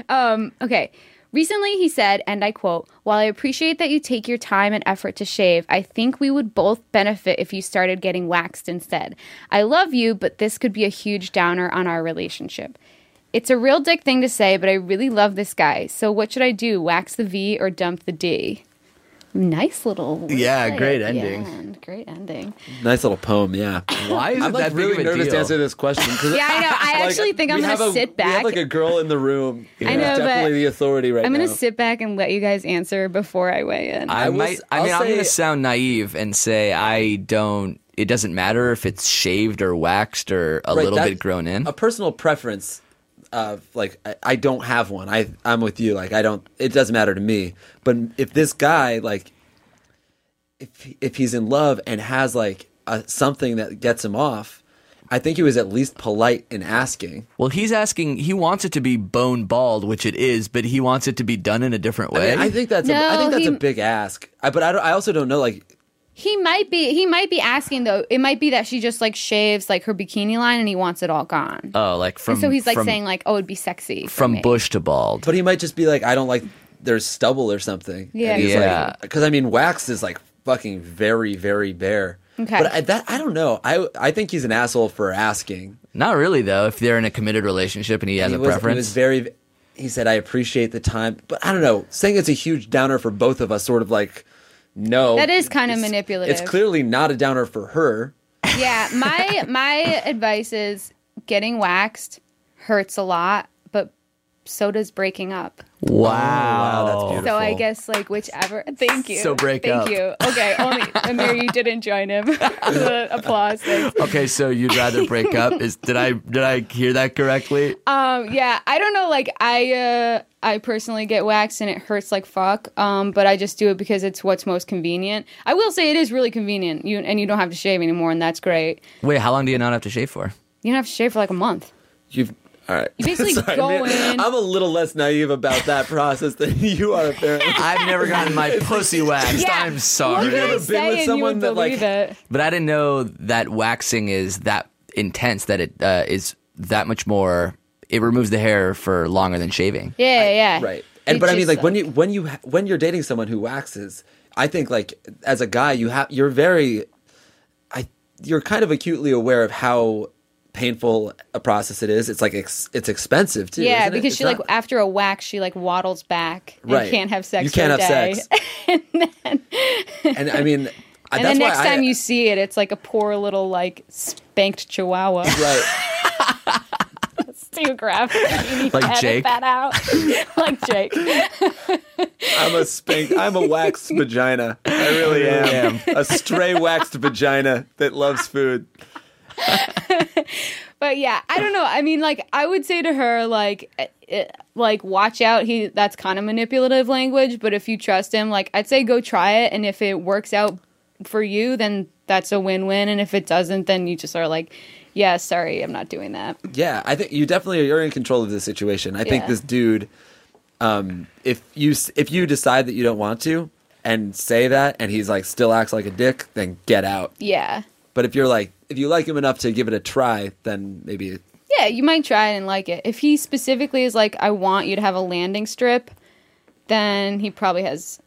Speaker 4: Okay. Recently, he said, and I quote, While I appreciate that you take your time and effort to shave, I think we would both benefit if you started getting waxed instead. I love you, but this could be a huge downer on our relationship. It's a real dick thing to say, but I really love this guy. So what should I do? Wax the V or dump the D? Nice little.
Speaker 2: Yeah, great
Speaker 4: Yeah,
Speaker 2: ending.
Speaker 4: great ending.
Speaker 1: nice little poem, yeah.
Speaker 2: Why is
Speaker 1: I'm like
Speaker 2: it that big
Speaker 1: really
Speaker 2: of a
Speaker 1: nervous
Speaker 2: deal?
Speaker 1: to answer this question. 'cause,
Speaker 4: Yeah, I know. I
Speaker 1: like,
Speaker 4: actually think I'm
Speaker 1: we
Speaker 4: gonna
Speaker 1: have a-
Speaker 4: sit
Speaker 1: We have
Speaker 4: back.
Speaker 1: like a girl in the room.
Speaker 4: I know,
Speaker 1: who's
Speaker 4: but
Speaker 1: definitely the authority right
Speaker 4: I'm
Speaker 1: now.
Speaker 4: gonna sit back and let you guys answer before I weigh in.
Speaker 2: I,
Speaker 1: I will
Speaker 2: might.
Speaker 1: s-
Speaker 2: I mean,
Speaker 1: I'll
Speaker 2: I'm gonna
Speaker 1: say-
Speaker 2: sound naive and say I don't. It doesn't matter if it's shaved or waxed or a
Speaker 1: Right,
Speaker 2: little
Speaker 1: that-
Speaker 2: bit grown in.
Speaker 1: A personal preference of like I, I don't have one. I I'm with you. Like I don't. It doesn't matter to me. But if this guy like, if if he's in love and has like a, something that gets him off, I think he was at least polite in asking.
Speaker 2: well, he's asking. He wants it to be bone bald, which it is, but he wants it to be done in a different
Speaker 1: I,
Speaker 2: way.
Speaker 1: mean, I think that's a, I
Speaker 4: No,
Speaker 1: think that's
Speaker 4: he-
Speaker 1: a big ask. I, but I don't, I also don't know like
Speaker 4: He might be he might be asking though. It might be that she just like shaves like her bikini line and he wants it all gone.
Speaker 2: oh, like from.
Speaker 4: and so he's like
Speaker 2: from,
Speaker 4: saying like, "Oh, it'd be sexy." for
Speaker 2: from
Speaker 4: me.
Speaker 2: bush to bald.
Speaker 1: But he might just be like, I don't like their stubble or something.
Speaker 4: Yeah.
Speaker 2: Yeah.
Speaker 1: Because I mean, wax is like fucking very, very bare.
Speaker 4: Okay.
Speaker 1: But I, that I don't know. I I think he's an asshole for asking.
Speaker 2: Not really, though. If they're in a committed relationship and he has
Speaker 1: he
Speaker 2: a
Speaker 1: was,
Speaker 2: preference,
Speaker 1: He was very. He said, I appreciate the time, but I don't know. Saying it's a huge downer for both of us, sort of like, no.
Speaker 4: That is kind of
Speaker 1: It's-
Speaker 4: manipulative.
Speaker 1: It's clearly not a downer for her.
Speaker 4: Yeah, my my advice is getting waxed hurts a lot, but so does breaking up.
Speaker 1: Oh,
Speaker 2: wow.
Speaker 4: So I guess like whichever. Thank you.
Speaker 2: So break
Speaker 4: Thank
Speaker 2: up.
Speaker 4: you. Okay, only Amir, you didn't join him. the applause. Thanks.
Speaker 2: Okay, so you'd rather break up? Is did I did I hear that correctly?
Speaker 4: Um, yeah, I don't know. Like, I uh, I personally get waxed and it hurts like fuck. Um, but I just do it because it's what's most convenient. I will say it is really convenient. You and you don't have to shave anymore, and that's great.
Speaker 2: Wait, how long do you not have to shave for?
Speaker 4: You don't have to shave for like a month.
Speaker 1: You've. All right.
Speaker 4: You basically
Speaker 1: Sorry,
Speaker 4: go
Speaker 1: man.
Speaker 4: in.
Speaker 1: I'm a little less naive about that process than you are, apparently.
Speaker 2: I've never gotten my pussy waxed.
Speaker 4: Yeah.
Speaker 2: I'm sorry,
Speaker 4: What can I
Speaker 1: been
Speaker 4: say?
Speaker 1: with
Speaker 4: And you
Speaker 1: someone
Speaker 4: would
Speaker 1: that, like-
Speaker 4: believe it.
Speaker 2: but I didn't know that waxing is that intense. That it uh, is that much more. It removes the hair for longer than shaving.
Speaker 4: Yeah, yeah.
Speaker 1: right and
Speaker 4: It
Speaker 1: but i mean
Speaker 4: just,
Speaker 1: like when you when you ha- when you're dating someone who waxes i think like as a guy you have you're very i you're kind of acutely aware of how painful a process it is it's like ex- it's expensive too
Speaker 4: yeah,
Speaker 1: isn't it?
Speaker 4: because
Speaker 1: It's
Speaker 4: she
Speaker 1: not-
Speaker 4: like after a wax, she like waddles back and
Speaker 1: Right.
Speaker 4: can't have sex.
Speaker 1: You can't
Speaker 4: for a
Speaker 1: have
Speaker 4: day.
Speaker 1: sex. and i mean I-
Speaker 4: and
Speaker 1: that's
Speaker 4: the
Speaker 1: why
Speaker 4: next time
Speaker 1: I,
Speaker 4: you see it, it's like a poor little like spanked chihuahua.
Speaker 1: right
Speaker 4: It's too graphic. You need to
Speaker 2: Like
Speaker 4: edit
Speaker 2: Jake?
Speaker 4: that out. like Jake.
Speaker 1: i'm a spank i'm a waxed vagina i really am a stray waxed vagina that loves food
Speaker 4: But yeah, I don't know. I mean, like, I would say to her, like, eh, eh, like watch out. He that's kind of manipulative language. But if you trust him, like, I'd say go try it. And if it works out for you, then that's a win-win. And if it doesn't, then you just are like, yeah, sorry, I'm not doing that.
Speaker 1: Yeah, I think you definitely you're in control of the situation. I think
Speaker 4: Yeah.
Speaker 1: this dude, um, if you s- if you decide that you don't want to and say that, and he's like still acts like a dick, then get out.
Speaker 4: Yeah,
Speaker 1: But if you're like if you like him enough to give it a try, then maybe
Speaker 4: yeah, you might try it and like it. If he specifically is like, I want you to have a landing strip. then he probably has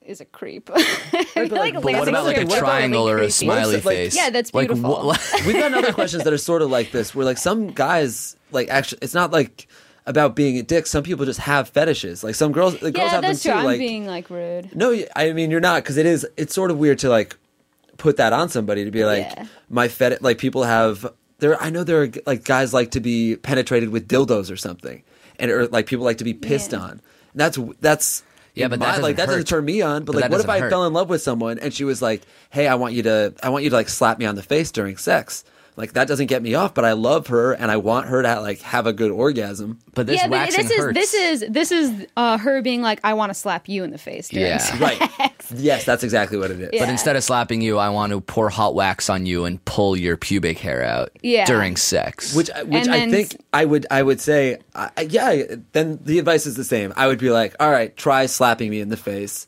Speaker 4: is a creep.
Speaker 1: but like- but what
Speaker 4: Larry
Speaker 1: That's
Speaker 2: What about like
Speaker 4: King
Speaker 2: a
Speaker 4: is really
Speaker 2: triangle or a
Speaker 4: creepy.
Speaker 2: smiley
Speaker 1: Like- like-
Speaker 2: face?
Speaker 4: Yeah, that's
Speaker 2: Like,
Speaker 4: beautiful.
Speaker 2: what-
Speaker 1: We've gotten other questions that are sort of like this, where like some guys like actually, it's not like about being a dick. Some people just have fetishes. Like some girls, like, girls
Speaker 4: Yeah,
Speaker 1: have
Speaker 4: that's
Speaker 1: them
Speaker 4: true.
Speaker 1: too.
Speaker 4: I'm
Speaker 1: like
Speaker 4: being like rude.
Speaker 1: no, you- I mean you're not because it is. It's sort of weird to like put that on somebody to be like
Speaker 4: Yeah.
Speaker 1: my fet. Like people have there. I know there are like guys like to be penetrated with dildos or something, and or like people like to be pissed on. And that's that's.
Speaker 2: Yeah, but that
Speaker 1: my- like
Speaker 2: doesn't
Speaker 1: that doesn't
Speaker 2: hurt.
Speaker 1: turn me on. But,
Speaker 2: But
Speaker 1: like,
Speaker 2: that
Speaker 1: what if I
Speaker 2: doesn't hurt.
Speaker 1: fell in love with someone and she was like, "Hey, I want you to, I want you to like slap me on the face during sex." Like that doesn't get me off, but I love her and I want her to like have a good orgasm.
Speaker 2: But this
Speaker 4: yeah, but
Speaker 2: waxing
Speaker 4: this is
Speaker 2: hurts.
Speaker 4: this is this is uh, her being like, I want to slap you in the face. during
Speaker 2: Yeah.
Speaker 4: sex."
Speaker 1: Right? yes, that's exactly what it is.
Speaker 2: But instead of slapping you, I want to pour hot wax on you and pull your pubic hair out
Speaker 4: Yeah.
Speaker 2: during sex.
Speaker 1: which I- which
Speaker 4: And
Speaker 1: I
Speaker 4: then-
Speaker 1: think I would I would say I, I- yeah then the advice is the same I would be like all right try slapping me in the face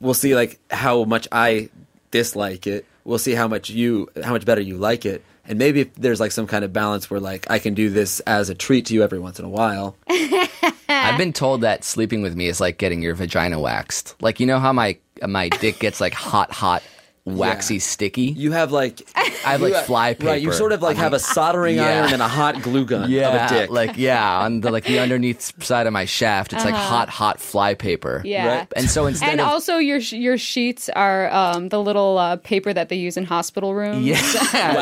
Speaker 1: we'll see like how much I dislike it we'll see how much you how much better you like it and maybe if there's like some kind of balance where like I can do this as a treat to you every once in a while
Speaker 4: Eh.
Speaker 2: I've been told that sleeping with me is like getting your vagina waxed. Like you know how my my dick gets like hot, hot, waxy,
Speaker 1: Yeah.
Speaker 2: sticky.
Speaker 1: you have like
Speaker 2: I have like
Speaker 1: you-
Speaker 2: fly paper.
Speaker 1: right you sort of like have a soldering
Speaker 2: Yeah.
Speaker 1: iron and a hot glue gun
Speaker 2: yeah,
Speaker 1: of a dick
Speaker 2: like yeah, on the like the underneath side of my shaft, it's like hot, hot fly paper.
Speaker 4: Yeah.
Speaker 1: Right.
Speaker 2: And so instead
Speaker 4: And
Speaker 2: of
Speaker 4: also, your sh- your sheets are um, the little uh, paper that they use in hospital rooms.
Speaker 2: yeah,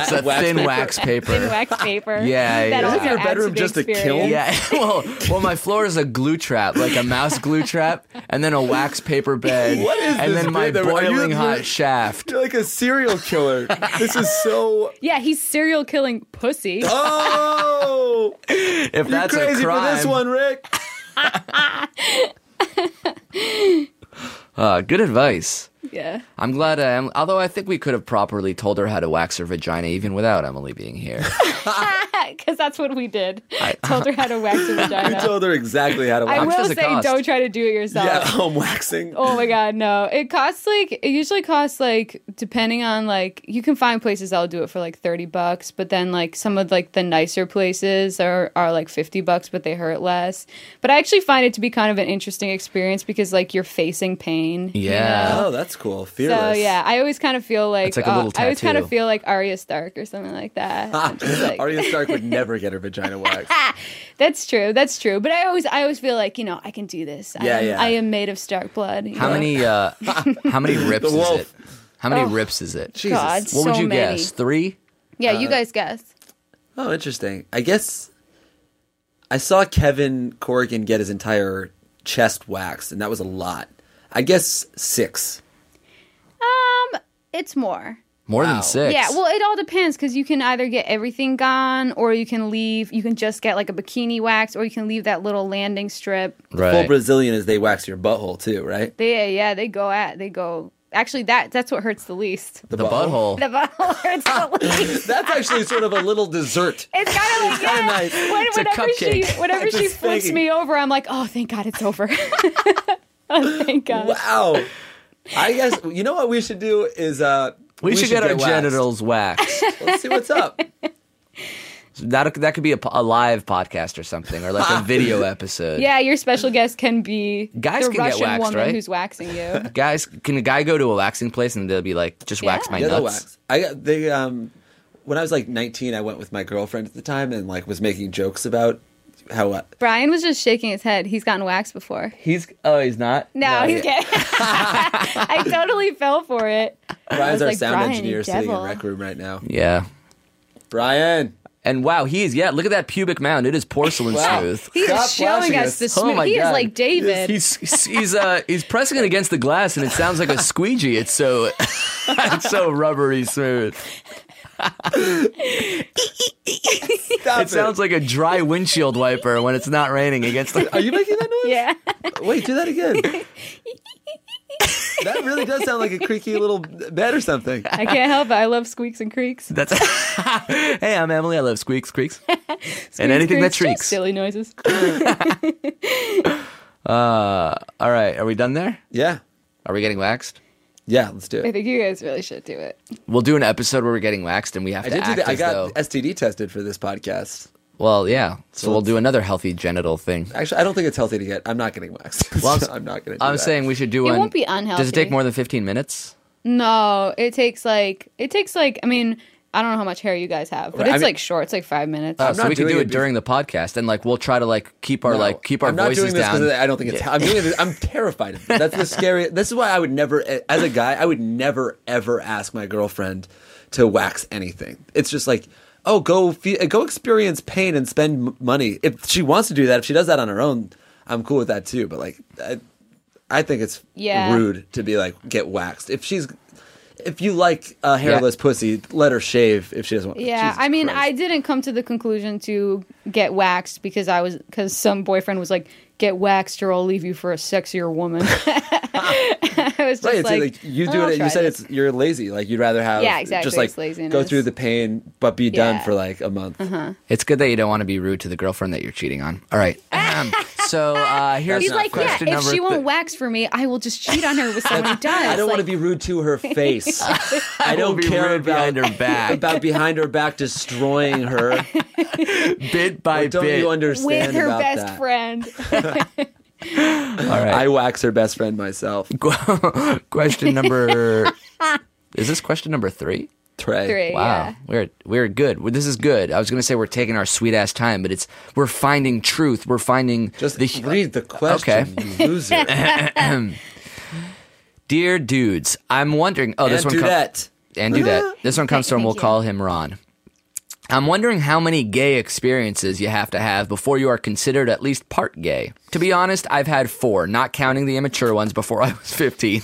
Speaker 2: it's a
Speaker 1: wax
Speaker 2: thin
Speaker 1: paper.
Speaker 2: wax paper.
Speaker 4: Thin wax paper.
Speaker 2: Yeah,
Speaker 4: that
Speaker 2: yeah.
Speaker 4: also
Speaker 2: Isn't your
Speaker 4: adds to
Speaker 1: bedroom
Speaker 4: the
Speaker 1: just a kiln?
Speaker 4: experience.
Speaker 2: Yeah. Well, well, my floor is a glue trap, like a mouse glue trap, and then a wax paper bed.
Speaker 1: What is
Speaker 2: And
Speaker 1: this
Speaker 2: then my
Speaker 1: bit that we're- are you-
Speaker 2: boiling
Speaker 1: you're-
Speaker 2: hot shaft.
Speaker 1: you're like a serial killer this is so
Speaker 4: Yeah, he's serial killing pussy.
Speaker 1: oh
Speaker 2: If that's a crime,
Speaker 1: Rick.
Speaker 2: Uh, good advice.
Speaker 4: Yeah.
Speaker 2: I'm glad. I am, although I think we could have properly told her how to wax her vagina, even without Emily being here.
Speaker 4: Because that's what we did. Told her how to wax her
Speaker 1: You
Speaker 4: vagina.
Speaker 1: told her exactly how to
Speaker 4: I
Speaker 1: wax.
Speaker 2: much
Speaker 4: will
Speaker 2: does
Speaker 4: say,
Speaker 2: it cost?
Speaker 4: don't try to do it yourself.
Speaker 1: Yeah, home waxing.
Speaker 4: Oh my god, no. It costs like it usually costs like depending on like you can find places that'll do it for like 30 bucks, but then like some of like the nicer places are are like 50 bucks but they hurt less. But I actually find it to be kind of an interesting experience because like you're facing pain. you
Speaker 2: Yeah.
Speaker 4: know?
Speaker 1: Oh, that's cool. Fearless.
Speaker 4: So yeah, I always kind of feel like, uh,
Speaker 2: It's like a little
Speaker 4: I always kind of
Speaker 2: tattoo.
Speaker 4: feel like Arya Stark or something like that. I'm just like-
Speaker 1: Arya Stark would never get her vagina waxed.
Speaker 4: that's true. That's true. But I always, I always feel like you know I can do this.
Speaker 1: Yeah,
Speaker 4: I am,
Speaker 1: yeah.
Speaker 4: I am made of Stark blood. you
Speaker 2: How
Speaker 4: know?
Speaker 2: many? Uh, how many rips is
Speaker 1: wolf.
Speaker 2: it? How many rips is it?
Speaker 4: God,
Speaker 2: What would
Speaker 4: so
Speaker 2: you
Speaker 4: many.
Speaker 2: guess? Uh, Three.
Speaker 4: Yeah, you guys guess.
Speaker 1: Oh, interesting. I guess I saw Kevin Corrigan get his entire chest waxed, and that was a lot. I guess six.
Speaker 4: Um, it's more.
Speaker 2: More than six.
Speaker 4: Yeah, well, it all depends because you can either get everything gone, or you can leave. You can just get like a bikini wax, or you can leave that little landing strip.
Speaker 1: Full
Speaker 2: right.
Speaker 1: Brazilian is they wax your butthole too, right?
Speaker 4: They, yeah, they go at, they go. Actually, that that's what hurts the least.
Speaker 2: the butthole.
Speaker 4: The butthole hurts the least.
Speaker 1: That's actually sort of a little dessert.
Speaker 4: It's kind of like yeah.
Speaker 1: nice.
Speaker 4: when-
Speaker 2: It's a
Speaker 4: whenever
Speaker 2: cupcake.
Speaker 4: she whenever she
Speaker 1: Just
Speaker 4: flips
Speaker 1: thinking.
Speaker 4: me over, I'm like, oh, thank God, it's over. oh, thank God.
Speaker 1: Wow. I guess you know what we should do is uh
Speaker 2: we, should, get, our
Speaker 1: waxed.
Speaker 2: genitals waxed.
Speaker 1: Let's see what's up.
Speaker 2: that that could be a, po- a live podcast or something, or like a video episode.
Speaker 4: Yeah, your special guest can be
Speaker 2: Guys
Speaker 4: the
Speaker 2: can get
Speaker 4: Russian
Speaker 2: waxed,
Speaker 4: woman
Speaker 2: right?
Speaker 4: who's waxing you.
Speaker 2: Guys, can a guy go to a waxing place and they'll be like, just wax my
Speaker 1: Yeah,
Speaker 2: nuts?
Speaker 1: they'll wax. I got they um when I was like 19, I went with my girlfriend at the time and like was making jokes about how uh,
Speaker 4: Brian was just shaking his head. He's gotten waxed before.
Speaker 2: He's oh, he's not.
Speaker 4: No, he's kidding. I totally fell for it.
Speaker 1: Brian's
Speaker 4: was
Speaker 1: our
Speaker 4: like,
Speaker 1: sound
Speaker 4: "Brian, you
Speaker 1: engineer sitting in
Speaker 4: devil."
Speaker 1: rec room right now.
Speaker 2: Yeah.
Speaker 1: Brian,
Speaker 2: And wow, he is. Yeah, look at that pubic mound. It is porcelain
Speaker 1: Wow.
Speaker 2: smooth.
Speaker 4: He
Speaker 1: Stop
Speaker 4: is showing
Speaker 1: flashing
Speaker 4: us,
Speaker 1: us.
Speaker 4: the
Speaker 2: Oh
Speaker 4: smooth.
Speaker 2: my
Speaker 4: he is
Speaker 2: God.
Speaker 4: like David.
Speaker 2: He's he's- he's uh he's pressing it against the glass, and it sounds like a squeegee. It's so it's so rubbery smooth.
Speaker 1: stop it.
Speaker 2: It sounds like a dry windshield wiper when it's not raining against
Speaker 1: Are
Speaker 2: the.
Speaker 1: you making that noise?
Speaker 4: yeah.
Speaker 1: Wait, do that again. that really does sound like a creaky little bed or something.
Speaker 4: I can't help it. I love squeaks and creaks.
Speaker 2: That's. hey, I'm Emily. I love squeaks, creaks, and anything that
Speaker 4: Creaks, just
Speaker 2: shrieks.
Speaker 4: Silly noises.
Speaker 2: All right, are we done there?
Speaker 1: Yeah.
Speaker 2: Are we getting waxed?
Speaker 1: Yeah, let's do
Speaker 4: I
Speaker 1: it.
Speaker 4: think you guys really should do it.
Speaker 2: We'll do an episode where we're getting waxed, and we have
Speaker 1: I
Speaker 2: to
Speaker 1: did do
Speaker 2: act
Speaker 1: that. I
Speaker 2: as
Speaker 1: got
Speaker 2: though.
Speaker 1: STD tested for this podcast.
Speaker 2: Well, yeah. So, we'll do another healthy genital thing.
Speaker 1: Actually, I don't think it's healthy to get. I'm not getting waxed.
Speaker 2: Well,
Speaker 1: I'm not going to.
Speaker 2: I'm saying we should do.
Speaker 4: It
Speaker 2: one-
Speaker 4: won't be
Speaker 2: Does
Speaker 4: unhealthy.
Speaker 2: it take more than 15 minutes?
Speaker 4: No, it takes like it takes like I mean I don't know how much hair you guys have, but
Speaker 1: Right, I
Speaker 4: it's
Speaker 1: mean-
Speaker 4: like short. It's like five minutes.
Speaker 2: Oh, so
Speaker 1: not
Speaker 2: we can
Speaker 1: doing
Speaker 2: do
Speaker 1: it
Speaker 2: it during the podcast, and like we'll try to like keep our like keep our
Speaker 1: I'm not
Speaker 2: voices
Speaker 1: doing this
Speaker 2: down.
Speaker 1: 'cause I don't think it's. I'm doing this. I'm terrified of it. That's the scary. This is why I would never, eh, as a guy, I would never ever ask my girlfriend to wax anything. It's just like, oh, go fe- go experience pain and spend m- money. If she wants to do that, if she does that on her own, I'm cool with that too. But like, I, I think it's
Speaker 4: Yeah.
Speaker 1: rude to be like get waxed if she's. If you like a hairless pussy, let her shave if she doesn't want.
Speaker 4: yeah,
Speaker 1: Jesus
Speaker 4: I mean
Speaker 1: Christ.
Speaker 4: I didn't come to the conclusion to get waxed because I was because some boyfriend was like get waxed or I'll leave you for a sexier woman. I was just
Speaker 1: Right, it's
Speaker 4: like, "Oh,
Speaker 1: like, you do
Speaker 4: "I'll
Speaker 1: it. You
Speaker 4: try
Speaker 1: said
Speaker 4: this."
Speaker 1: it's you're lazy. Like you'd rather have
Speaker 4: Yeah, exactly,
Speaker 1: just like
Speaker 4: it's laziness.
Speaker 1: go through the pain, but be done
Speaker 4: Yeah. Uh-huh.
Speaker 1: for like a month.
Speaker 2: It's good that you don't want to be rude to the girlfriend that you're cheating on. All right. Ahem. so uh, here's
Speaker 4: He's like, yeah,
Speaker 2: question
Speaker 4: if
Speaker 2: number
Speaker 4: she won't
Speaker 2: thi-
Speaker 4: wax for me, I will just cheat on her with someone who does.
Speaker 1: I don't want
Speaker 4: Like,
Speaker 1: to be rude to her face. I don't
Speaker 2: be
Speaker 1: care
Speaker 2: rude
Speaker 1: about
Speaker 2: behind her back.
Speaker 1: about behind her back destroying her.
Speaker 2: bit by
Speaker 1: But don't
Speaker 2: bit.
Speaker 1: you understand
Speaker 4: with her
Speaker 1: about
Speaker 4: best
Speaker 1: that?
Speaker 4: friend.
Speaker 2: All right.
Speaker 1: I wax her best friend myself.
Speaker 2: question number is this question number three
Speaker 1: Trey.
Speaker 4: Three,
Speaker 2: wow
Speaker 4: yeah.
Speaker 2: we're we're good Well, this is good i was gonna say we're taking our sweet ass time but it's we're finding truth we're finding
Speaker 1: Just
Speaker 2: the
Speaker 1: read the question, you loser.
Speaker 2: dear dudes i'm wondering oh
Speaker 1: and
Speaker 2: this one comes
Speaker 1: Dudette.
Speaker 2: and do
Speaker 4: Uh-huh.
Speaker 2: that. This one comes from, we'll call him Ron. I'm wondering how many gay experiences you have to have before you are considered at least part gay. To be honest, I've had four, not counting the immature ones before I was 15.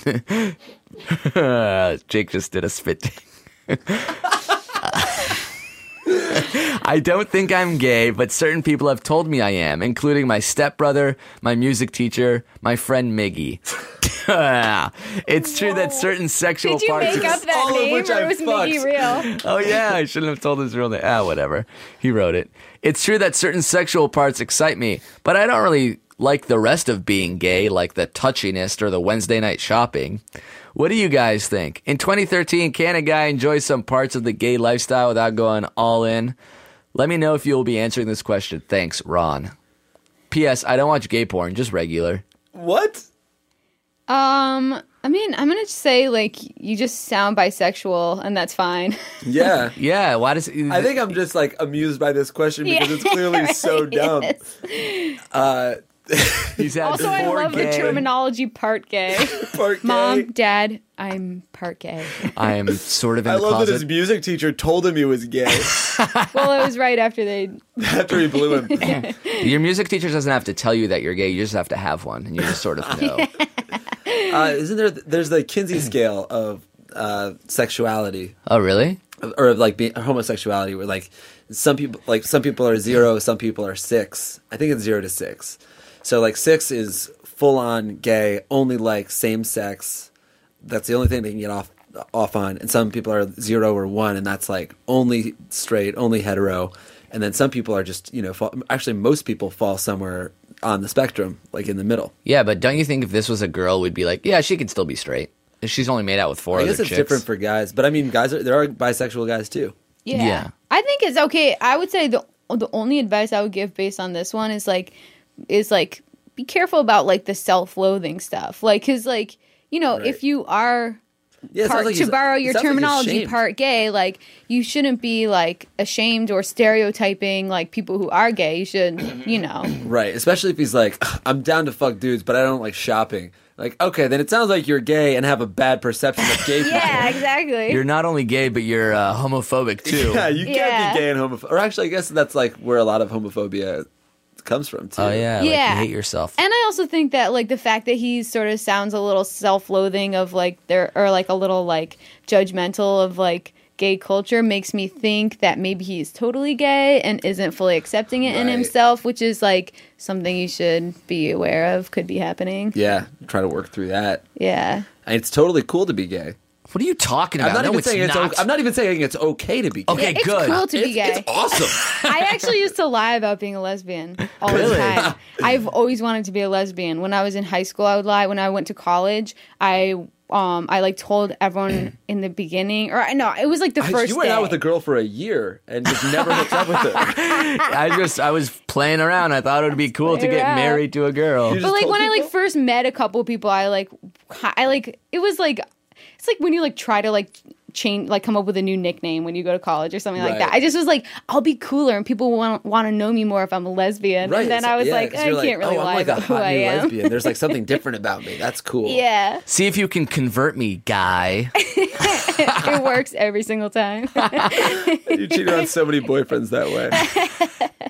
Speaker 2: Jake just did a spit. I don't think I'm gay, but certain people have told me I am, including my stepbrother, my music teacher, my friend Miggy. it's true that certain sexual
Speaker 4: Did you
Speaker 2: parts
Speaker 4: make up that
Speaker 1: all of
Speaker 4: name
Speaker 1: which
Speaker 4: or
Speaker 1: I
Speaker 4: was Miggy
Speaker 1: fucked.
Speaker 4: real?
Speaker 2: oh yeah, I shouldn't have told his real name. Ah, whatever. He wrote it. It's true that certain sexual parts excite me, but I don't really like the rest of being gay, like the touchiness or the Wednesday night shopping. What do you guys think? In 2013, can a guy enjoy some parts of the gay lifestyle without going all in? Let me know if you'll be answering this question. Thanks, Ron. P.S. I don't watch gay porn, just regular.
Speaker 1: What?
Speaker 4: Um, I mean, I'm gonna say like you just sound bisexual, and that's fine.
Speaker 1: Yeah.
Speaker 2: Yeah, why does
Speaker 1: I think I'm just like amused by this question because
Speaker 4: Yeah,
Speaker 1: it's clearly
Speaker 4: it
Speaker 1: so
Speaker 4: really
Speaker 1: dumb.
Speaker 4: is.
Speaker 2: he's had
Speaker 4: Also, I
Speaker 2: four
Speaker 4: love the
Speaker 2: gay-
Speaker 4: terminology part gay.
Speaker 1: Part gay.
Speaker 4: Mom, Dad, I'm part gay.
Speaker 2: I am sort of in
Speaker 1: I
Speaker 2: the
Speaker 1: love
Speaker 2: closet.
Speaker 1: that his music teacher told him he was gay
Speaker 4: Well, it was right after they.
Speaker 1: after he blew him.
Speaker 2: Your music teacher doesn't have to tell you that you're gay. You just have to have one, and you just sort of know.
Speaker 1: Uh, isn't there? There's the Kinsey scale of uh, sexuality,
Speaker 2: oh, really?
Speaker 1: or of like being, homosexuality, where like some people, like some people are zero, some people are six. I think it's zero to six. So like six is full on gay, only like same sex. That's the only thing they can get off off on. And some people are zero or one, and that's like only straight, only hetero. And then some people are just you know fall, actually most people fall somewhere on the spectrum, like in the middle.
Speaker 2: Yeah, but don't you think if this was a girl, we'd be like, yeah, she could still be straight. She's only made out with four
Speaker 1: I
Speaker 2: other
Speaker 1: guess it's
Speaker 2: chicks.
Speaker 1: different for guys, but I mean, guys are there are bisexual guys too.
Speaker 4: Yeah.
Speaker 2: Yeah.
Speaker 4: I think it's okay. I would say the the only advice I would give based on this one is like is like be careful about like the self loathing stuff. Like, cause like you know if you are
Speaker 1: Yeah, it sounds
Speaker 4: part,
Speaker 1: like
Speaker 4: to
Speaker 1: he's-
Speaker 4: borrow
Speaker 1: it
Speaker 4: your
Speaker 1: sounds like he's
Speaker 4: terminology,
Speaker 1: ashamed.
Speaker 4: part gay, like you shouldn't be like ashamed or stereotyping like people who are gay. You should, you know,
Speaker 1: right? Especially if he's like, I'm down to fuck dudes, but I don't like shopping. Like, okay, then it sounds like you're gay and have a bad perception of gay people.
Speaker 4: yeah, exactly.
Speaker 2: You're not only gay, but you're uh, homophobic too.
Speaker 1: Yeah, you
Speaker 4: Yeah.
Speaker 1: can't be gay and homophobic. Or actually, I guess that's like where a lot of homophobia comes from too.
Speaker 2: oh yeah, like, you
Speaker 4: Yeah.
Speaker 2: hate yourself.
Speaker 4: and I also think that like the fact that he sort of sounds a little self-loathing of like there or like a little like judgmental of like gay culture makes me think that maybe he's totally gay and isn't fully accepting it in
Speaker 1: Right.
Speaker 4: himself, which is like something you should be aware of could be happening.
Speaker 1: yeah. Try to work through that.
Speaker 4: Yeah.
Speaker 1: And it's totally cool to be gay.
Speaker 2: what are you talking about?
Speaker 1: I'm not
Speaker 2: no,
Speaker 1: even
Speaker 2: it's
Speaker 1: saying it's.
Speaker 2: not.
Speaker 1: o- I'm not even saying it's okay to be gay.
Speaker 2: Okay,
Speaker 4: It's
Speaker 2: good.
Speaker 4: cool to be gay.
Speaker 1: It's, it's awesome.
Speaker 4: I actually used to lie about being a lesbian all the
Speaker 2: Really?
Speaker 4: time. I've always wanted to be a lesbian. When I was in high school, I would lie. When I went to college, I um, I like told everyone in the beginning, or I know it was like the
Speaker 1: I-
Speaker 4: first.
Speaker 1: you went out
Speaker 4: day.
Speaker 1: with a girl for a year and just never hooked up with her.
Speaker 2: I just I was playing around. I thought it would be cool to
Speaker 4: Playing
Speaker 2: get
Speaker 4: around.
Speaker 2: married to a girl.
Speaker 1: You just
Speaker 4: But like
Speaker 1: told
Speaker 4: when I
Speaker 1: people?
Speaker 4: like first met a couple people, I like I like it was like it's like when you like try to like change like come up with a new nickname when you go to college or something like that.
Speaker 1: Right.
Speaker 4: I just was like I'll be cooler and people want want to know me more if I'm a lesbian.
Speaker 1: Right.
Speaker 4: And then I was
Speaker 1: yeah,
Speaker 4: like
Speaker 1: 'cause
Speaker 4: I
Speaker 1: you're
Speaker 4: can't really
Speaker 1: oh, I'm
Speaker 4: lie
Speaker 1: like a
Speaker 4: about who
Speaker 1: hot
Speaker 4: I
Speaker 1: new
Speaker 4: am.
Speaker 1: lesbian. There's like something different about me. That's cool.
Speaker 4: Yeah,
Speaker 2: See if you can convert me, guy.
Speaker 4: it works every single time.
Speaker 1: You cheated on so many boyfriends that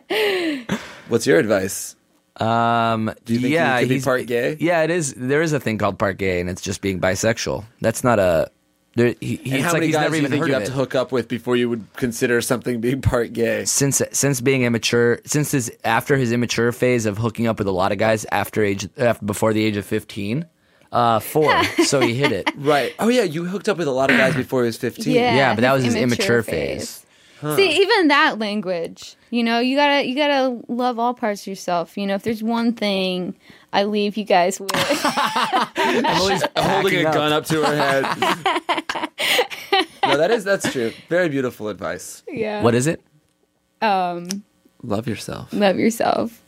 Speaker 1: way. What's your advice?
Speaker 2: Um,
Speaker 1: you think
Speaker 2: yeah,
Speaker 1: he could be
Speaker 2: he's-
Speaker 1: part gay?
Speaker 2: Yeah, it is. There is a thing called part gay, and it's just being bisexual. That's not a. There, he, he,
Speaker 1: And how
Speaker 2: it's like
Speaker 1: many
Speaker 2: he's
Speaker 1: guys
Speaker 2: never
Speaker 1: do you
Speaker 2: even
Speaker 1: think
Speaker 2: heard
Speaker 1: you
Speaker 2: of
Speaker 1: have to
Speaker 2: it.
Speaker 1: hook up with before you would consider something being part gay?
Speaker 2: since since being immature, since his after his immature phase of hooking up with a lot of guys after age after, before the age of fifteen, uh, four. so he hit it.
Speaker 1: Right. Oh yeah, you hooked up with a lot of guys before he was 15.
Speaker 4: Yeah,
Speaker 2: Yeah, but that was his
Speaker 4: immature
Speaker 2: immature
Speaker 4: phase.
Speaker 2: phase.
Speaker 4: See, even that language, you know, you gotta you gotta love all parts of yourself. You know, if there's one thing I leave you guys with.
Speaker 2: Emily's
Speaker 1: Holding a
Speaker 2: packing up.
Speaker 1: gun up to her head. no, that is that's true. Very beautiful advice.
Speaker 4: yeah.
Speaker 2: What is it?
Speaker 4: um
Speaker 1: Love yourself.
Speaker 4: love yourself.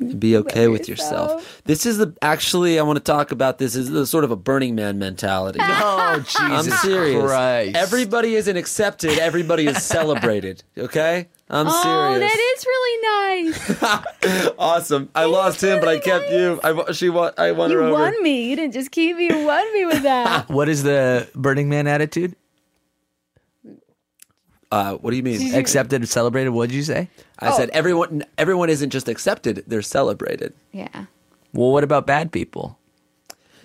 Speaker 1: Mm-hmm. be okay with
Speaker 4: yourself.
Speaker 1: yourself. This is the actually I want to talk about this is the sort of a Burning Man mentality.
Speaker 2: Oh
Speaker 1: I'm
Speaker 2: Jesus
Speaker 1: serious.
Speaker 2: Christ!
Speaker 1: Everybody isn't accepted. Everybody is celebrated. Okay, I'm
Speaker 4: Oh,
Speaker 1: serious.
Speaker 4: that is really nice.
Speaker 1: awesome. I lost him, but I kept you. I wa- she won. I won
Speaker 4: You
Speaker 1: her over.
Speaker 4: won me. You didn't just keep me. You won me with that.
Speaker 2: what is the Burning Man attitude?
Speaker 1: Uh, what do you mean?
Speaker 2: Accepted, celebrated. What did you say?
Speaker 1: I said everyone. Everyone isn't just accepted. They're celebrated.
Speaker 4: yeah.
Speaker 2: Well, what about bad people?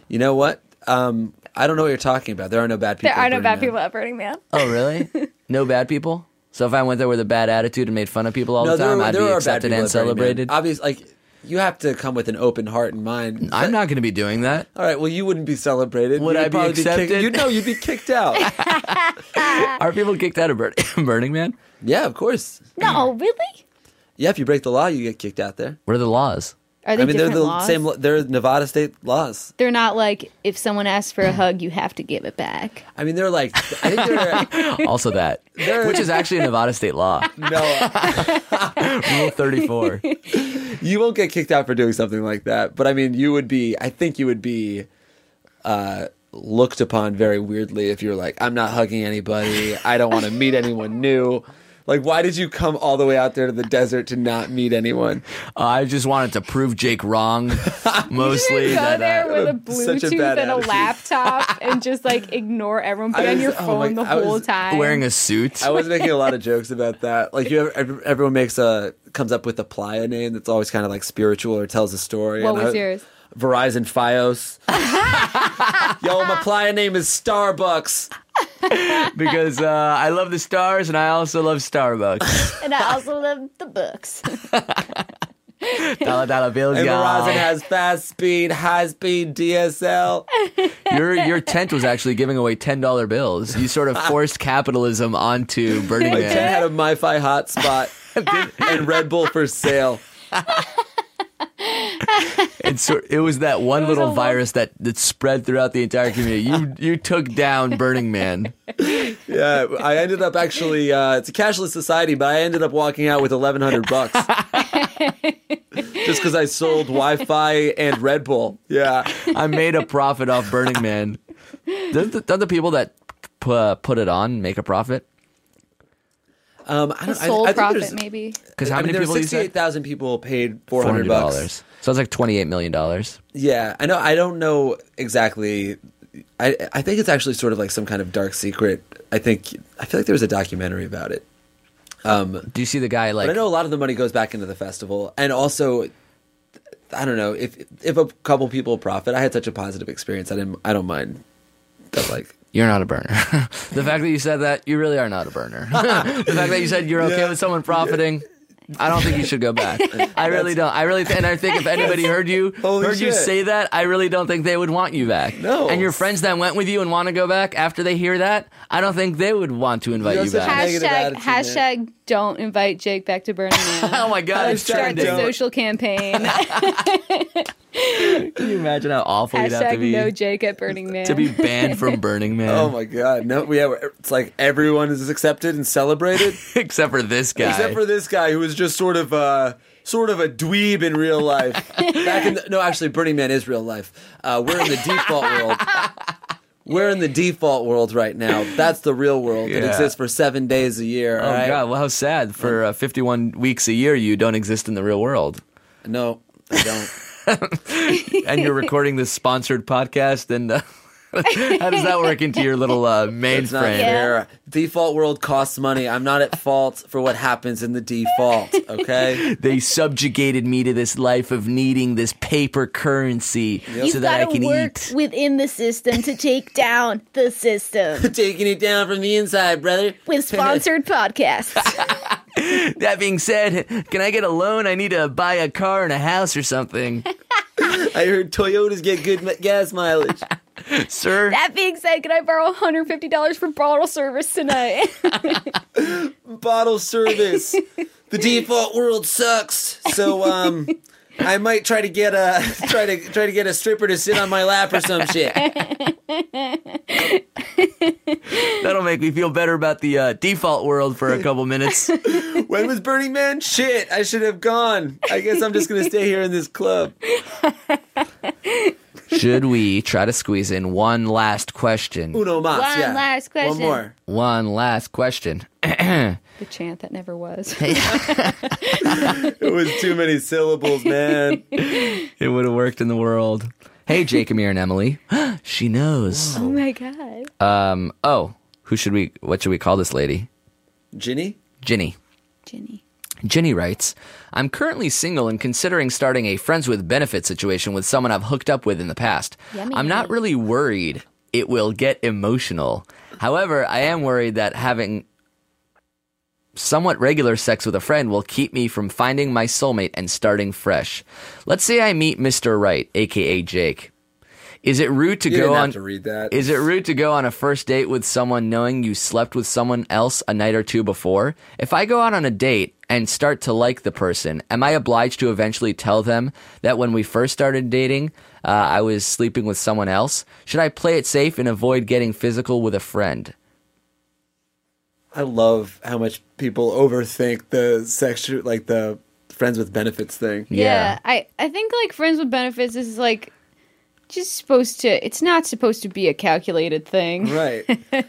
Speaker 1: You know what? Um, I don't know what you're talking about. There are no bad people.
Speaker 4: There are
Speaker 1: at
Speaker 4: no
Speaker 1: Burning
Speaker 4: bad
Speaker 1: Man.
Speaker 4: people at Burning Man.
Speaker 2: Oh, really? no bad people. So if I went there with a bad attitude and made fun of people all the time, I'd be
Speaker 1: bad
Speaker 2: accepted
Speaker 1: people
Speaker 2: and
Speaker 1: at Burning Man.
Speaker 2: celebrated.
Speaker 1: Obvious, like you have to come with an open heart and mind.
Speaker 2: I'm not going to be doing that.
Speaker 1: All right. Well, you wouldn't be celebrated.
Speaker 2: Would
Speaker 1: You'd
Speaker 2: I be
Speaker 1: probably kicked-
Speaker 2: accepted?
Speaker 1: you know, you'd be kicked out. Ah.
Speaker 2: Are people kicked out of Burn- Burning Man?
Speaker 1: yeah, of course.
Speaker 4: No, really?
Speaker 1: Yeah, if you break the law, you get kicked out there.
Speaker 2: What are the laws?
Speaker 4: Are they
Speaker 1: I mean, they're
Speaker 4: different
Speaker 1: the
Speaker 4: laws?
Speaker 1: same. They're Nevada state laws.
Speaker 4: They're not like if someone asks for a hug, you have to give it back.
Speaker 1: I mean, they're like. I think they're
Speaker 2: Also that, which is actually Nevada state law, Uh,
Speaker 1: no.
Speaker 2: Rule 34.
Speaker 1: You won't get kicked out for doing something like that. But I mean, you would be. I think you would be. Uh, looked upon very weirdly if you're like, I'm not hugging anybody. I don't want to meet anyone new. Like, why did you come all the way out there to the desert to not meet anyone?
Speaker 2: I just wanted to prove Jake wrong, mostly.
Speaker 4: You go
Speaker 2: that,
Speaker 4: there
Speaker 2: uh,
Speaker 4: with a
Speaker 1: such a
Speaker 4: Bluetooth
Speaker 1: bad
Speaker 4: and a
Speaker 1: attitude.
Speaker 4: laptop and just like ignore everyone. Put
Speaker 1: I
Speaker 4: on
Speaker 1: was-
Speaker 4: your
Speaker 1: oh
Speaker 4: phone
Speaker 1: my-
Speaker 4: the
Speaker 1: I was
Speaker 4: whole time.
Speaker 2: wearing a suit.
Speaker 1: I was making a lot of jokes about that. Like you, ev- everyone makes a comes up with a playa name that's always kind of like spiritual or tells a story.
Speaker 4: What
Speaker 1: And
Speaker 4: was
Speaker 1: I-
Speaker 4: yours?
Speaker 1: Verizon FiOS. Yo, my playa name is Starbucks.
Speaker 2: because uh, I love the stars and I also love Starbucks.
Speaker 5: And I also love the books.
Speaker 2: dollar dollar bills,
Speaker 1: And Verizon
Speaker 2: y'all.
Speaker 1: has fast speed, high speed DSL.
Speaker 2: Your your tent was actually giving away ten dollar bills. You sort of forced capitalism onto Burning
Speaker 1: My tent
Speaker 2: Man.
Speaker 1: had a MiFi hotspot and Red Bull for sale.
Speaker 2: It's sort, it was that one
Speaker 4: a
Speaker 2: little
Speaker 4: lo-
Speaker 2: virus that, that spread throughout the entire community. You you took down Burning Man.
Speaker 1: Yeah, I ended up actually. Uh, it's a cashless society, but I ended up walking out with eleven hundred bucks just because I sold Wi-Fi and Red Bull. Yeah,
Speaker 2: I made a profit off Burning Man. Don't the, don't the people that p- uh, put it on make a profit?
Speaker 1: um, I
Speaker 4: the
Speaker 1: don't,
Speaker 4: soul
Speaker 1: I, I think
Speaker 4: prophet,
Speaker 1: there's-
Speaker 4: maybe.
Speaker 2: Because how
Speaker 1: I mean,
Speaker 2: many
Speaker 1: there were
Speaker 2: people you
Speaker 1: sixty-eight
Speaker 2: said?
Speaker 1: thousand people paid four hundred bucks.
Speaker 2: So it's like twenty eight million dollars.
Speaker 1: Yeah, I know. I don't know exactly. I I think it's actually sort of like some kind of dark secret. I think I feel like there was a documentary about it.
Speaker 2: Do you see the guy like?
Speaker 1: But I know a lot of the money goes back into the festival, and also, I don't know if if a couple people profit. I had such a positive experience. I didn't. I don't mind. But like,
Speaker 2: You're not a burner. the fact that you said that, you really are not a burner. the fact that you said you're okay with someone profiting, I don't think you should go back. I really don't. I really, and I think if anybody heard you
Speaker 1: Holy
Speaker 2: heard you
Speaker 1: shit.
Speaker 2: say that, I really don't think they would want you back.
Speaker 1: No.
Speaker 2: And your friends that went with you and want to go back after they hear that, I don't think they would want to invite
Speaker 1: You
Speaker 2: you,
Speaker 1: also
Speaker 2: back.
Speaker 1: have- Negative
Speaker 4: Hashtag,
Speaker 1: attitude, man.
Speaker 4: hashtag don't invite Jake back to Burning Man.
Speaker 2: oh my god, it's
Speaker 1: Hashtag
Speaker 4: Start the
Speaker 2: trending.
Speaker 1: don't.
Speaker 4: social campaign.
Speaker 2: Can you imagine how awful you'd have to
Speaker 4: Hashtag
Speaker 2: be
Speaker 4: no Jake at Burning Man.
Speaker 2: to be banned from Burning Man?
Speaker 1: Oh my god! No, yeah, it's like everyone is accepted and celebrated
Speaker 2: Except for this guy.
Speaker 1: except for this guy who was just sort of uh, sort of a dweeb in real life. Back in the, no, actually, Burning Man is real life. Uh, we're in the default world. We're in the default world right now. That's the real world that
Speaker 2: Yeah.
Speaker 1: exists for seven days a year.
Speaker 2: Oh
Speaker 1: all right?
Speaker 2: god! Well, how sad for uh, 51 weeks a year you don't exist in the real world,
Speaker 1: No, I don't.
Speaker 2: and you're recording this sponsored podcast. And uh, how does that work into your little uh,
Speaker 1: It's not
Speaker 2: mainframe?
Speaker 1: fair. Default world costs money. I'm not at fault for what happens in the default. Okay.
Speaker 2: They subjugated me to this life of needing this paper currency
Speaker 5: You've
Speaker 2: so that I
Speaker 5: got to
Speaker 2: can
Speaker 5: work
Speaker 2: eat.
Speaker 5: within the system to take down the system
Speaker 1: Taking it down from the inside, brother.
Speaker 5: with sponsored podcasts.
Speaker 2: That being said, can I get a loan? I need to buy a car and a house or something,
Speaker 1: I heard Toyotas get good ma- gas mileage.
Speaker 2: sir.
Speaker 4: that being said, can I borrow $150 for bottle service tonight?
Speaker 1: bottle service. the default world sucks. So um I might try to get a try to try to get a stripper to sit on my lap or some shit.
Speaker 2: That'll make me feel better about the uh, default world for a couple minutes.
Speaker 1: When was Burning Man? Shit, I should have gone. I guess I'm just gonna stay here in this club.
Speaker 2: Should we try to squeeze in one last question?
Speaker 1: Uno mas.
Speaker 4: One
Speaker 1: yeah.
Speaker 4: last
Speaker 1: One
Speaker 4: question.
Speaker 1: more.
Speaker 2: One last question.
Speaker 4: the chant that never was. Oh
Speaker 1: It was too many syllables, man.
Speaker 2: It would have worked in the world. Hey, Jake, Amir, and Emily. she knows.
Speaker 4: oh my God.
Speaker 2: Um. Oh, who should we? What should we call this lady?
Speaker 1: Ginny?
Speaker 2: Ginny.
Speaker 4: Ginny.
Speaker 2: Ginny writes, I'm currently single and considering starting a friends with benefit situation with someone I've hooked up with in the past. I'm not really worried it will get emotional. However, I am worried that having somewhat regular sex with a friend will keep me from finding my soulmate and starting fresh. Let's say I meet Mr. Right, aka Jake. Is it rude to
Speaker 1: You
Speaker 2: go
Speaker 1: didn't
Speaker 2: on
Speaker 1: have to read that.
Speaker 2: Is it rude to go on a first date with someone knowing you slept with someone else a night or two before? If I go out on a date and start to like the person, am I obliged to eventually tell them that when we first started dating, uh, I was sleeping with someone else? Should I play it safe and avoid getting physical with a friend?
Speaker 1: I love how much people overthink the sexual like the friends with benefits thing.
Speaker 4: Yeah. I, I think like Friends with Benefits is like just supposed to, it's not supposed to be a calculated thing.
Speaker 1: Right.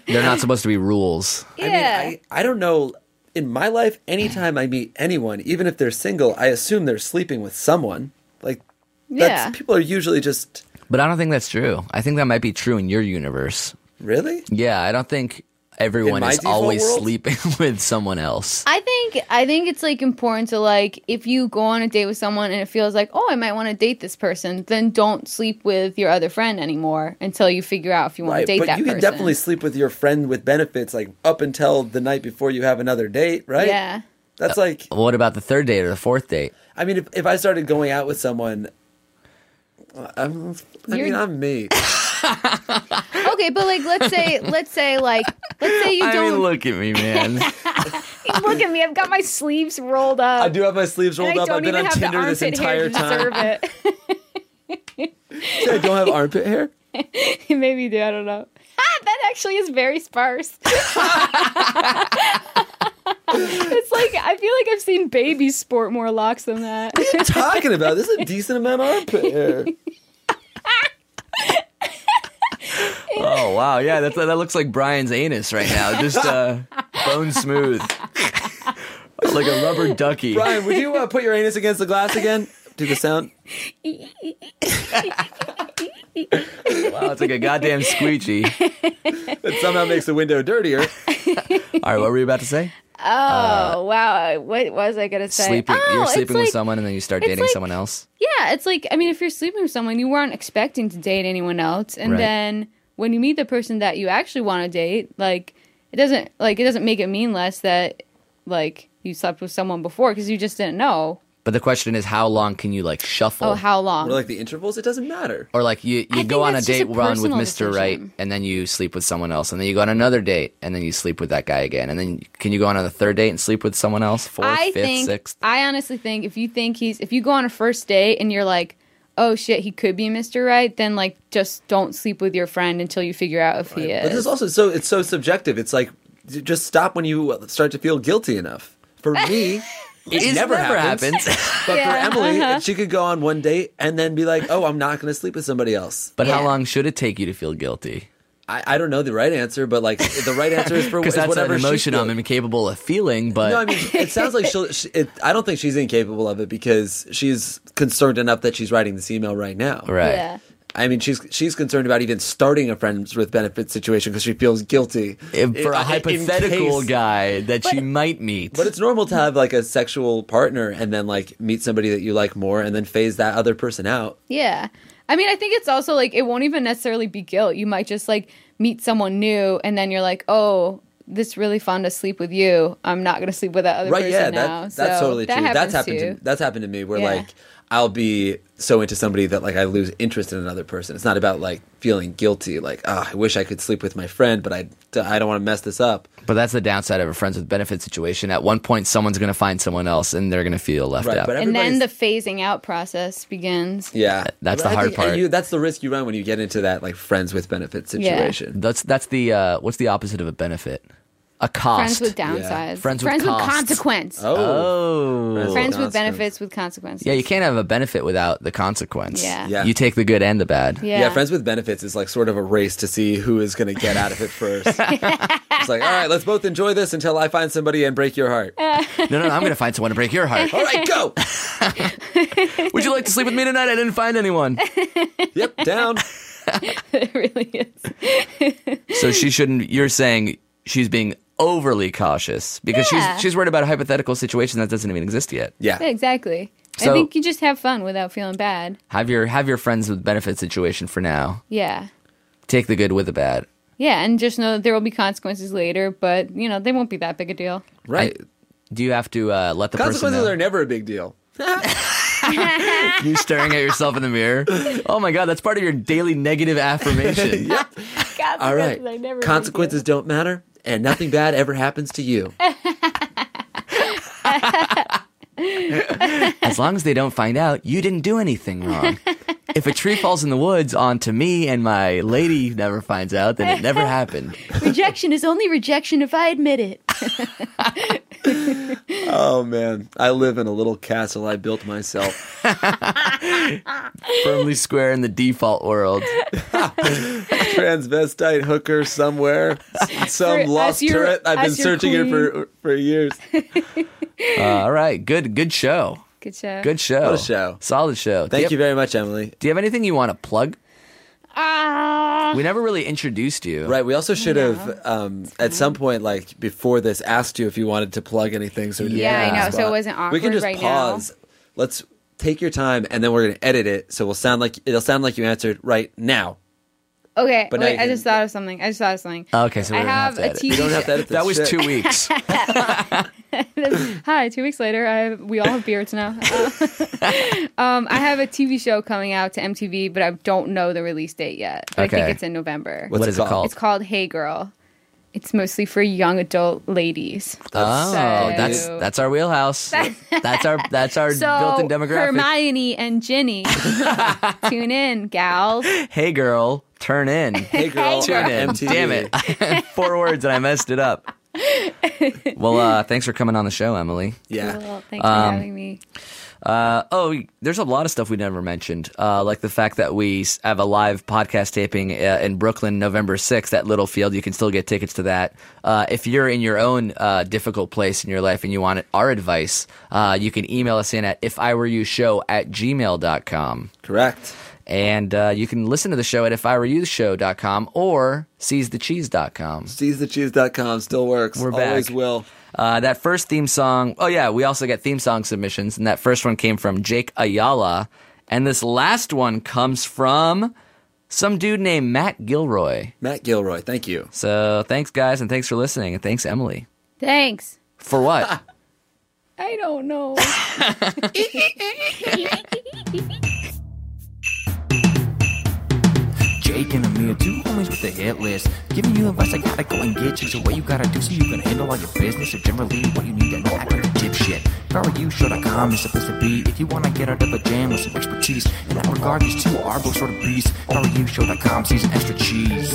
Speaker 2: They're not supposed to be rules.
Speaker 4: Yeah.
Speaker 1: I mean, I, I don't know. In my life, anytime I meet anyone, even if they're single, I assume they're sleeping with someone. Like, that's,
Speaker 4: Yeah.
Speaker 1: people are usually just,
Speaker 2: But I don't think that's true. I think that might be true in your universe.
Speaker 1: really?
Speaker 2: Yeah, I don't think everyone
Speaker 1: my
Speaker 2: is
Speaker 1: default
Speaker 2: always
Speaker 1: world?
Speaker 2: sleeping with someone else.
Speaker 4: I think I think it's like important to like if you go on a date with someone and it feels like oh I might want to date this person then don't sleep with your other friend anymore until you figure out if you want to
Speaker 1: Right.
Speaker 4: date
Speaker 1: But
Speaker 4: that
Speaker 1: you can
Speaker 4: person.
Speaker 1: definitely sleep with your friend with benefits, like, up until the night before you have another date, right?
Speaker 4: yeah
Speaker 1: That's like,
Speaker 2: What about the third date or the fourth date?
Speaker 1: I mean, if, if I started going out with someone, uh, I'm, I
Speaker 4: You're-
Speaker 1: mean, I'm me.
Speaker 4: okay but like let's say let's say like let's say you
Speaker 2: I
Speaker 4: don't
Speaker 2: mean, look at me, man.
Speaker 4: look at me I've got my sleeves rolled up
Speaker 1: I do have my sleeves
Speaker 4: and
Speaker 1: rolled
Speaker 4: I
Speaker 1: up.
Speaker 4: don't
Speaker 1: I've been on
Speaker 4: even have
Speaker 1: Tinder
Speaker 4: the
Speaker 1: this
Speaker 4: armpit
Speaker 1: entire
Speaker 4: hair to
Speaker 1: time.
Speaker 4: deserve it
Speaker 1: I don't have armpit hair.
Speaker 4: maybe you do I don't know ah that actually is very sparse it's like I feel like I've seen babies sport more locks than that
Speaker 1: Talking about this is a decent amount of armpit hair.
Speaker 2: oh wow, yeah, that's, that looks like Brian's anus right now, just uh, bone smooth, like a rubber ducky.
Speaker 1: Brian, would you uh, put your anus against the glass again? Do the sound.
Speaker 2: Wow, it's like a goddamn squeegee. All
Speaker 1: It somehow makes the window dirtier.
Speaker 2: right, what were you about to say?
Speaker 4: Oh wow! What was I gonna say?
Speaker 2: Sleeping,
Speaker 4: oh,
Speaker 2: you're
Speaker 4: it's
Speaker 2: sleeping
Speaker 4: like,
Speaker 2: with someone, and then you start
Speaker 4: it's
Speaker 2: dating
Speaker 4: like-
Speaker 2: someone else.
Speaker 4: Yeah, it's like I mean, if you're sleeping with someone, you weren't expecting to date anyone else, and
Speaker 2: Right.
Speaker 4: then when you meet the person that you actually want to date, like it doesn't like it doesn't make it mean less that like you slept with someone before because you just didn't know.
Speaker 2: But the question is, how long can you like shuffle?
Speaker 4: Oh, how
Speaker 1: Or
Speaker 4: long?
Speaker 1: like the intervals, it doesn't matter.
Speaker 2: or like you, you
Speaker 4: think
Speaker 2: go on a
Speaker 4: that's just
Speaker 2: date
Speaker 4: a
Speaker 2: run with
Speaker 4: personal
Speaker 2: Mr.
Speaker 4: decision.
Speaker 2: Right, and then you sleep with someone else, and then you go on another date, and then you sleep with that guy again, and then can you go on a third date and sleep with someone else? Fourth,
Speaker 4: I
Speaker 2: fifth,
Speaker 4: think
Speaker 2: sixth.
Speaker 4: I honestly think if you think he's if you go on a first date and you're like, oh shit, he could be Mr. Right, then like just don't sleep with your friend until you figure out if he
Speaker 1: But
Speaker 4: is.
Speaker 1: it's also so it's so subjective. It's like j- just stop when you uh, start to feel guilty enough. For me, it,
Speaker 2: It
Speaker 1: never,
Speaker 2: never
Speaker 1: happens. but
Speaker 4: Yeah.
Speaker 1: for Emily, she could go on one date and then be like, "Oh, I'm not going to sleep with somebody else."
Speaker 2: But how long should it take you to feel guilty?
Speaker 1: I, I don't know the right answer, but like the right answer is for
Speaker 2: Because
Speaker 1: is
Speaker 2: that's an
Speaker 1: whatever she
Speaker 2: emotion I'm
Speaker 1: feels.
Speaker 2: incapable of feeling. But
Speaker 1: No, I mean it sounds like she'll. She, it, I don't think she's incapable of it because she's concerned enough that she's writing this email right now.
Speaker 2: right.
Speaker 4: yeah.
Speaker 1: I mean, she's she's concerned about even starting a friends with benefits situation because she feels guilty
Speaker 2: If- for
Speaker 1: In-
Speaker 2: a
Speaker 1: in
Speaker 2: hypothetical
Speaker 1: case-
Speaker 2: guy that she might meet.
Speaker 1: But it's normal to have like a sexual partner and then like meet somebody that you like more and then phase that other person out.
Speaker 4: Yeah. I mean, I think it's also like it won't even necessarily be guilt. You might just like meet someone new and then you're like, oh, this really fun to sleep with you. I'm not going to sleep with that other
Speaker 1: right?
Speaker 4: person
Speaker 1: Yeah, that,
Speaker 4: now.
Speaker 1: that's
Speaker 4: So
Speaker 1: totally
Speaker 4: that
Speaker 1: true.
Speaker 4: Happens
Speaker 1: that's happened.
Speaker 4: too.
Speaker 1: To, that's happened to me where
Speaker 4: Yeah.
Speaker 1: like I'll be so into somebody that like I lose interest in another person. It's not about like feeling guilty. Like oh, I wish I could sleep with my friend, but I I don't want to mess this up.
Speaker 2: But that's the downside of a friends with benefits situation. At one point, someone's going to find someone else, and they're going to feel left
Speaker 1: Right?
Speaker 2: out.
Speaker 1: But
Speaker 4: and then
Speaker 1: everybody's-
Speaker 4: the phasing out process begins.
Speaker 1: yeah,
Speaker 2: That's
Speaker 1: But
Speaker 2: the
Speaker 1: I
Speaker 2: hard
Speaker 1: think- and
Speaker 2: part.
Speaker 1: You, that's the risk you run when you get into that like friends with benefits
Speaker 4: Yeah.
Speaker 1: situation.
Speaker 2: that's that's the uh, what's the opposite of a benefit? A cost.
Speaker 4: Friends with downsides.
Speaker 2: Friends with costs.
Speaker 4: consequence.
Speaker 2: Oh.
Speaker 1: Friends with
Speaker 4: Friends with
Speaker 1: consequence.
Speaker 4: benefits with consequences.
Speaker 2: Yeah, you can't have a benefit without the consequence.
Speaker 4: Yeah.
Speaker 1: Yeah.
Speaker 2: You take the good and the bad.
Speaker 4: Yeah.
Speaker 1: Yeah. friends with benefits is like sort of a race to see who is going to get out of it first. it's like, all right, let's both enjoy this until I find somebody and break your heart.
Speaker 2: No, no, no, I'm going to find someone to break your heart.
Speaker 1: All right, go.
Speaker 2: Would you like to sleep with me tonight? I didn't find anyone.
Speaker 1: yep, down.
Speaker 4: it really is.
Speaker 2: So she shouldn't. You're saying she's being overly cautious because
Speaker 4: Yeah.
Speaker 2: she's she's worried about a hypothetical situation that doesn't even exist yet.
Speaker 4: Yeah,
Speaker 1: Yeah.
Speaker 4: exactly.
Speaker 2: So-
Speaker 4: I think you just have fun without feeling bad.
Speaker 2: Have your have your friends with benefit situation for now.
Speaker 4: Yeah.
Speaker 2: Take the good with the bad.
Speaker 4: Yeah, and just know that there will be consequences later, but you know, they won't be that big a deal.
Speaker 1: Right.
Speaker 2: Do you have to uh, let the person
Speaker 1: Consequences
Speaker 2: know?
Speaker 1: are never a big deal.
Speaker 2: you staring at yourself in the mirror? Oh my god, that's part of your daily negative affirmation.
Speaker 1: All right. Consequences don't matter and nothing bad ever happens to you.
Speaker 2: As long as they don't find out, you didn't do anything wrong. If a tree falls in the woods onto me and my lady never finds out, then it never happened.
Speaker 4: rejection is only rejection if I admit it.
Speaker 1: Oh man, I live in a little castle I built myself.
Speaker 2: Firmly square in the default world.
Speaker 1: Transvestite hooker somewhere. Some
Speaker 4: For-
Speaker 1: lost
Speaker 4: as your-
Speaker 1: turret. I've been
Speaker 4: as your
Speaker 1: searching it for for years.
Speaker 2: Uh, all right, good good show.
Speaker 4: Good show.
Speaker 2: Good show.
Speaker 1: What a show.
Speaker 2: Solid show.
Speaker 1: Thank
Speaker 2: do
Speaker 1: you very much, Emily.
Speaker 2: Do you have anything you want to plug?
Speaker 4: Ah.
Speaker 2: We never really introduced you.
Speaker 1: Right. We also should have, um, at some point, like before this, asked you if you wanted to plug anything. So we didn't
Speaker 4: Yeah, I
Speaker 1: put you on
Speaker 4: know,
Speaker 1: the
Speaker 4: so
Speaker 1: spot.
Speaker 4: it wasn't
Speaker 1: We can
Speaker 4: awkward
Speaker 1: just
Speaker 4: right now.
Speaker 1: pause. Let's take your time, and then we're going to edit it. So we'll sound like it'll sound like you answered right now.
Speaker 4: Okay,
Speaker 1: But now
Speaker 4: wait,
Speaker 1: you
Speaker 4: I
Speaker 1: can-
Speaker 4: just thought of something. I just thought of something.
Speaker 2: Okay, so we
Speaker 4: I
Speaker 2: don't have
Speaker 4: have,
Speaker 2: to
Speaker 4: a
Speaker 2: edit.
Speaker 4: TV.
Speaker 1: You don't have to edit this
Speaker 2: That was
Speaker 1: shit.
Speaker 2: two weeks.
Speaker 4: Hi, two weeks later, I have, we all have beards now. Uh, um, I have a TV show coming out to MTV, but I don't know the release date yet. But I
Speaker 2: Okay.
Speaker 4: think it's in November.
Speaker 2: What is it called?
Speaker 4: It's called Hey Girl. It's mostly for young adult ladies.
Speaker 2: Oh, that's
Speaker 4: So-
Speaker 2: that's our wheelhouse. that's our that's our built-in demographic.
Speaker 4: Hermione and Ginny, tune in, gals.
Speaker 2: hey girl, turn in.
Speaker 1: Hey, girl.
Speaker 2: Tune in.
Speaker 1: MTV.
Speaker 2: Damn it. Four words and I messed it up. well, uh, thanks for coming on the show, Emily.
Speaker 1: Yeah.
Speaker 4: Well, thanks for having me.
Speaker 2: Uh, oh, there's a lot of stuff we never mentioned, uh, like the fact that we s- have a live podcast taping uh, in Brooklyn November 6th at Littlefield. You can still get tickets to that. Uh, if you're in your own uh, difficult place in your life and you want our advice, uh, you can email us in at if I were you show at gmail.com.
Speaker 1: Correct.
Speaker 2: And uh, you can listen to the show at if I were you show.com or seizethecheese.com.
Speaker 1: SeizeTheCheese.com still works.
Speaker 2: We're
Speaker 1: Always
Speaker 2: back.
Speaker 1: will.
Speaker 2: Uh, that first theme song. Oh yeah, we also get theme song submissions, and that first one came from Jake Ayala, and this last one comes from some dude named Matt Gilroy.
Speaker 1: Matt Gilroy. Thank you.
Speaker 2: So thanks guys, and thanks for listening, and thanks Emily
Speaker 4: Thanks.
Speaker 2: for what?
Speaker 4: I don't know.
Speaker 3: Jake break in the mirror. Two homies with the hit list. Giving you advice, I gotta go and get you. So what you gotta do so you can handle all your business. Or generally what you need to know about your dipshit. PowerUshow.com is the place to be. If you wanna get out of a jam with some expertise. In that regard, these two are both sort of beasts. PowerUshow.com sees extra cheese.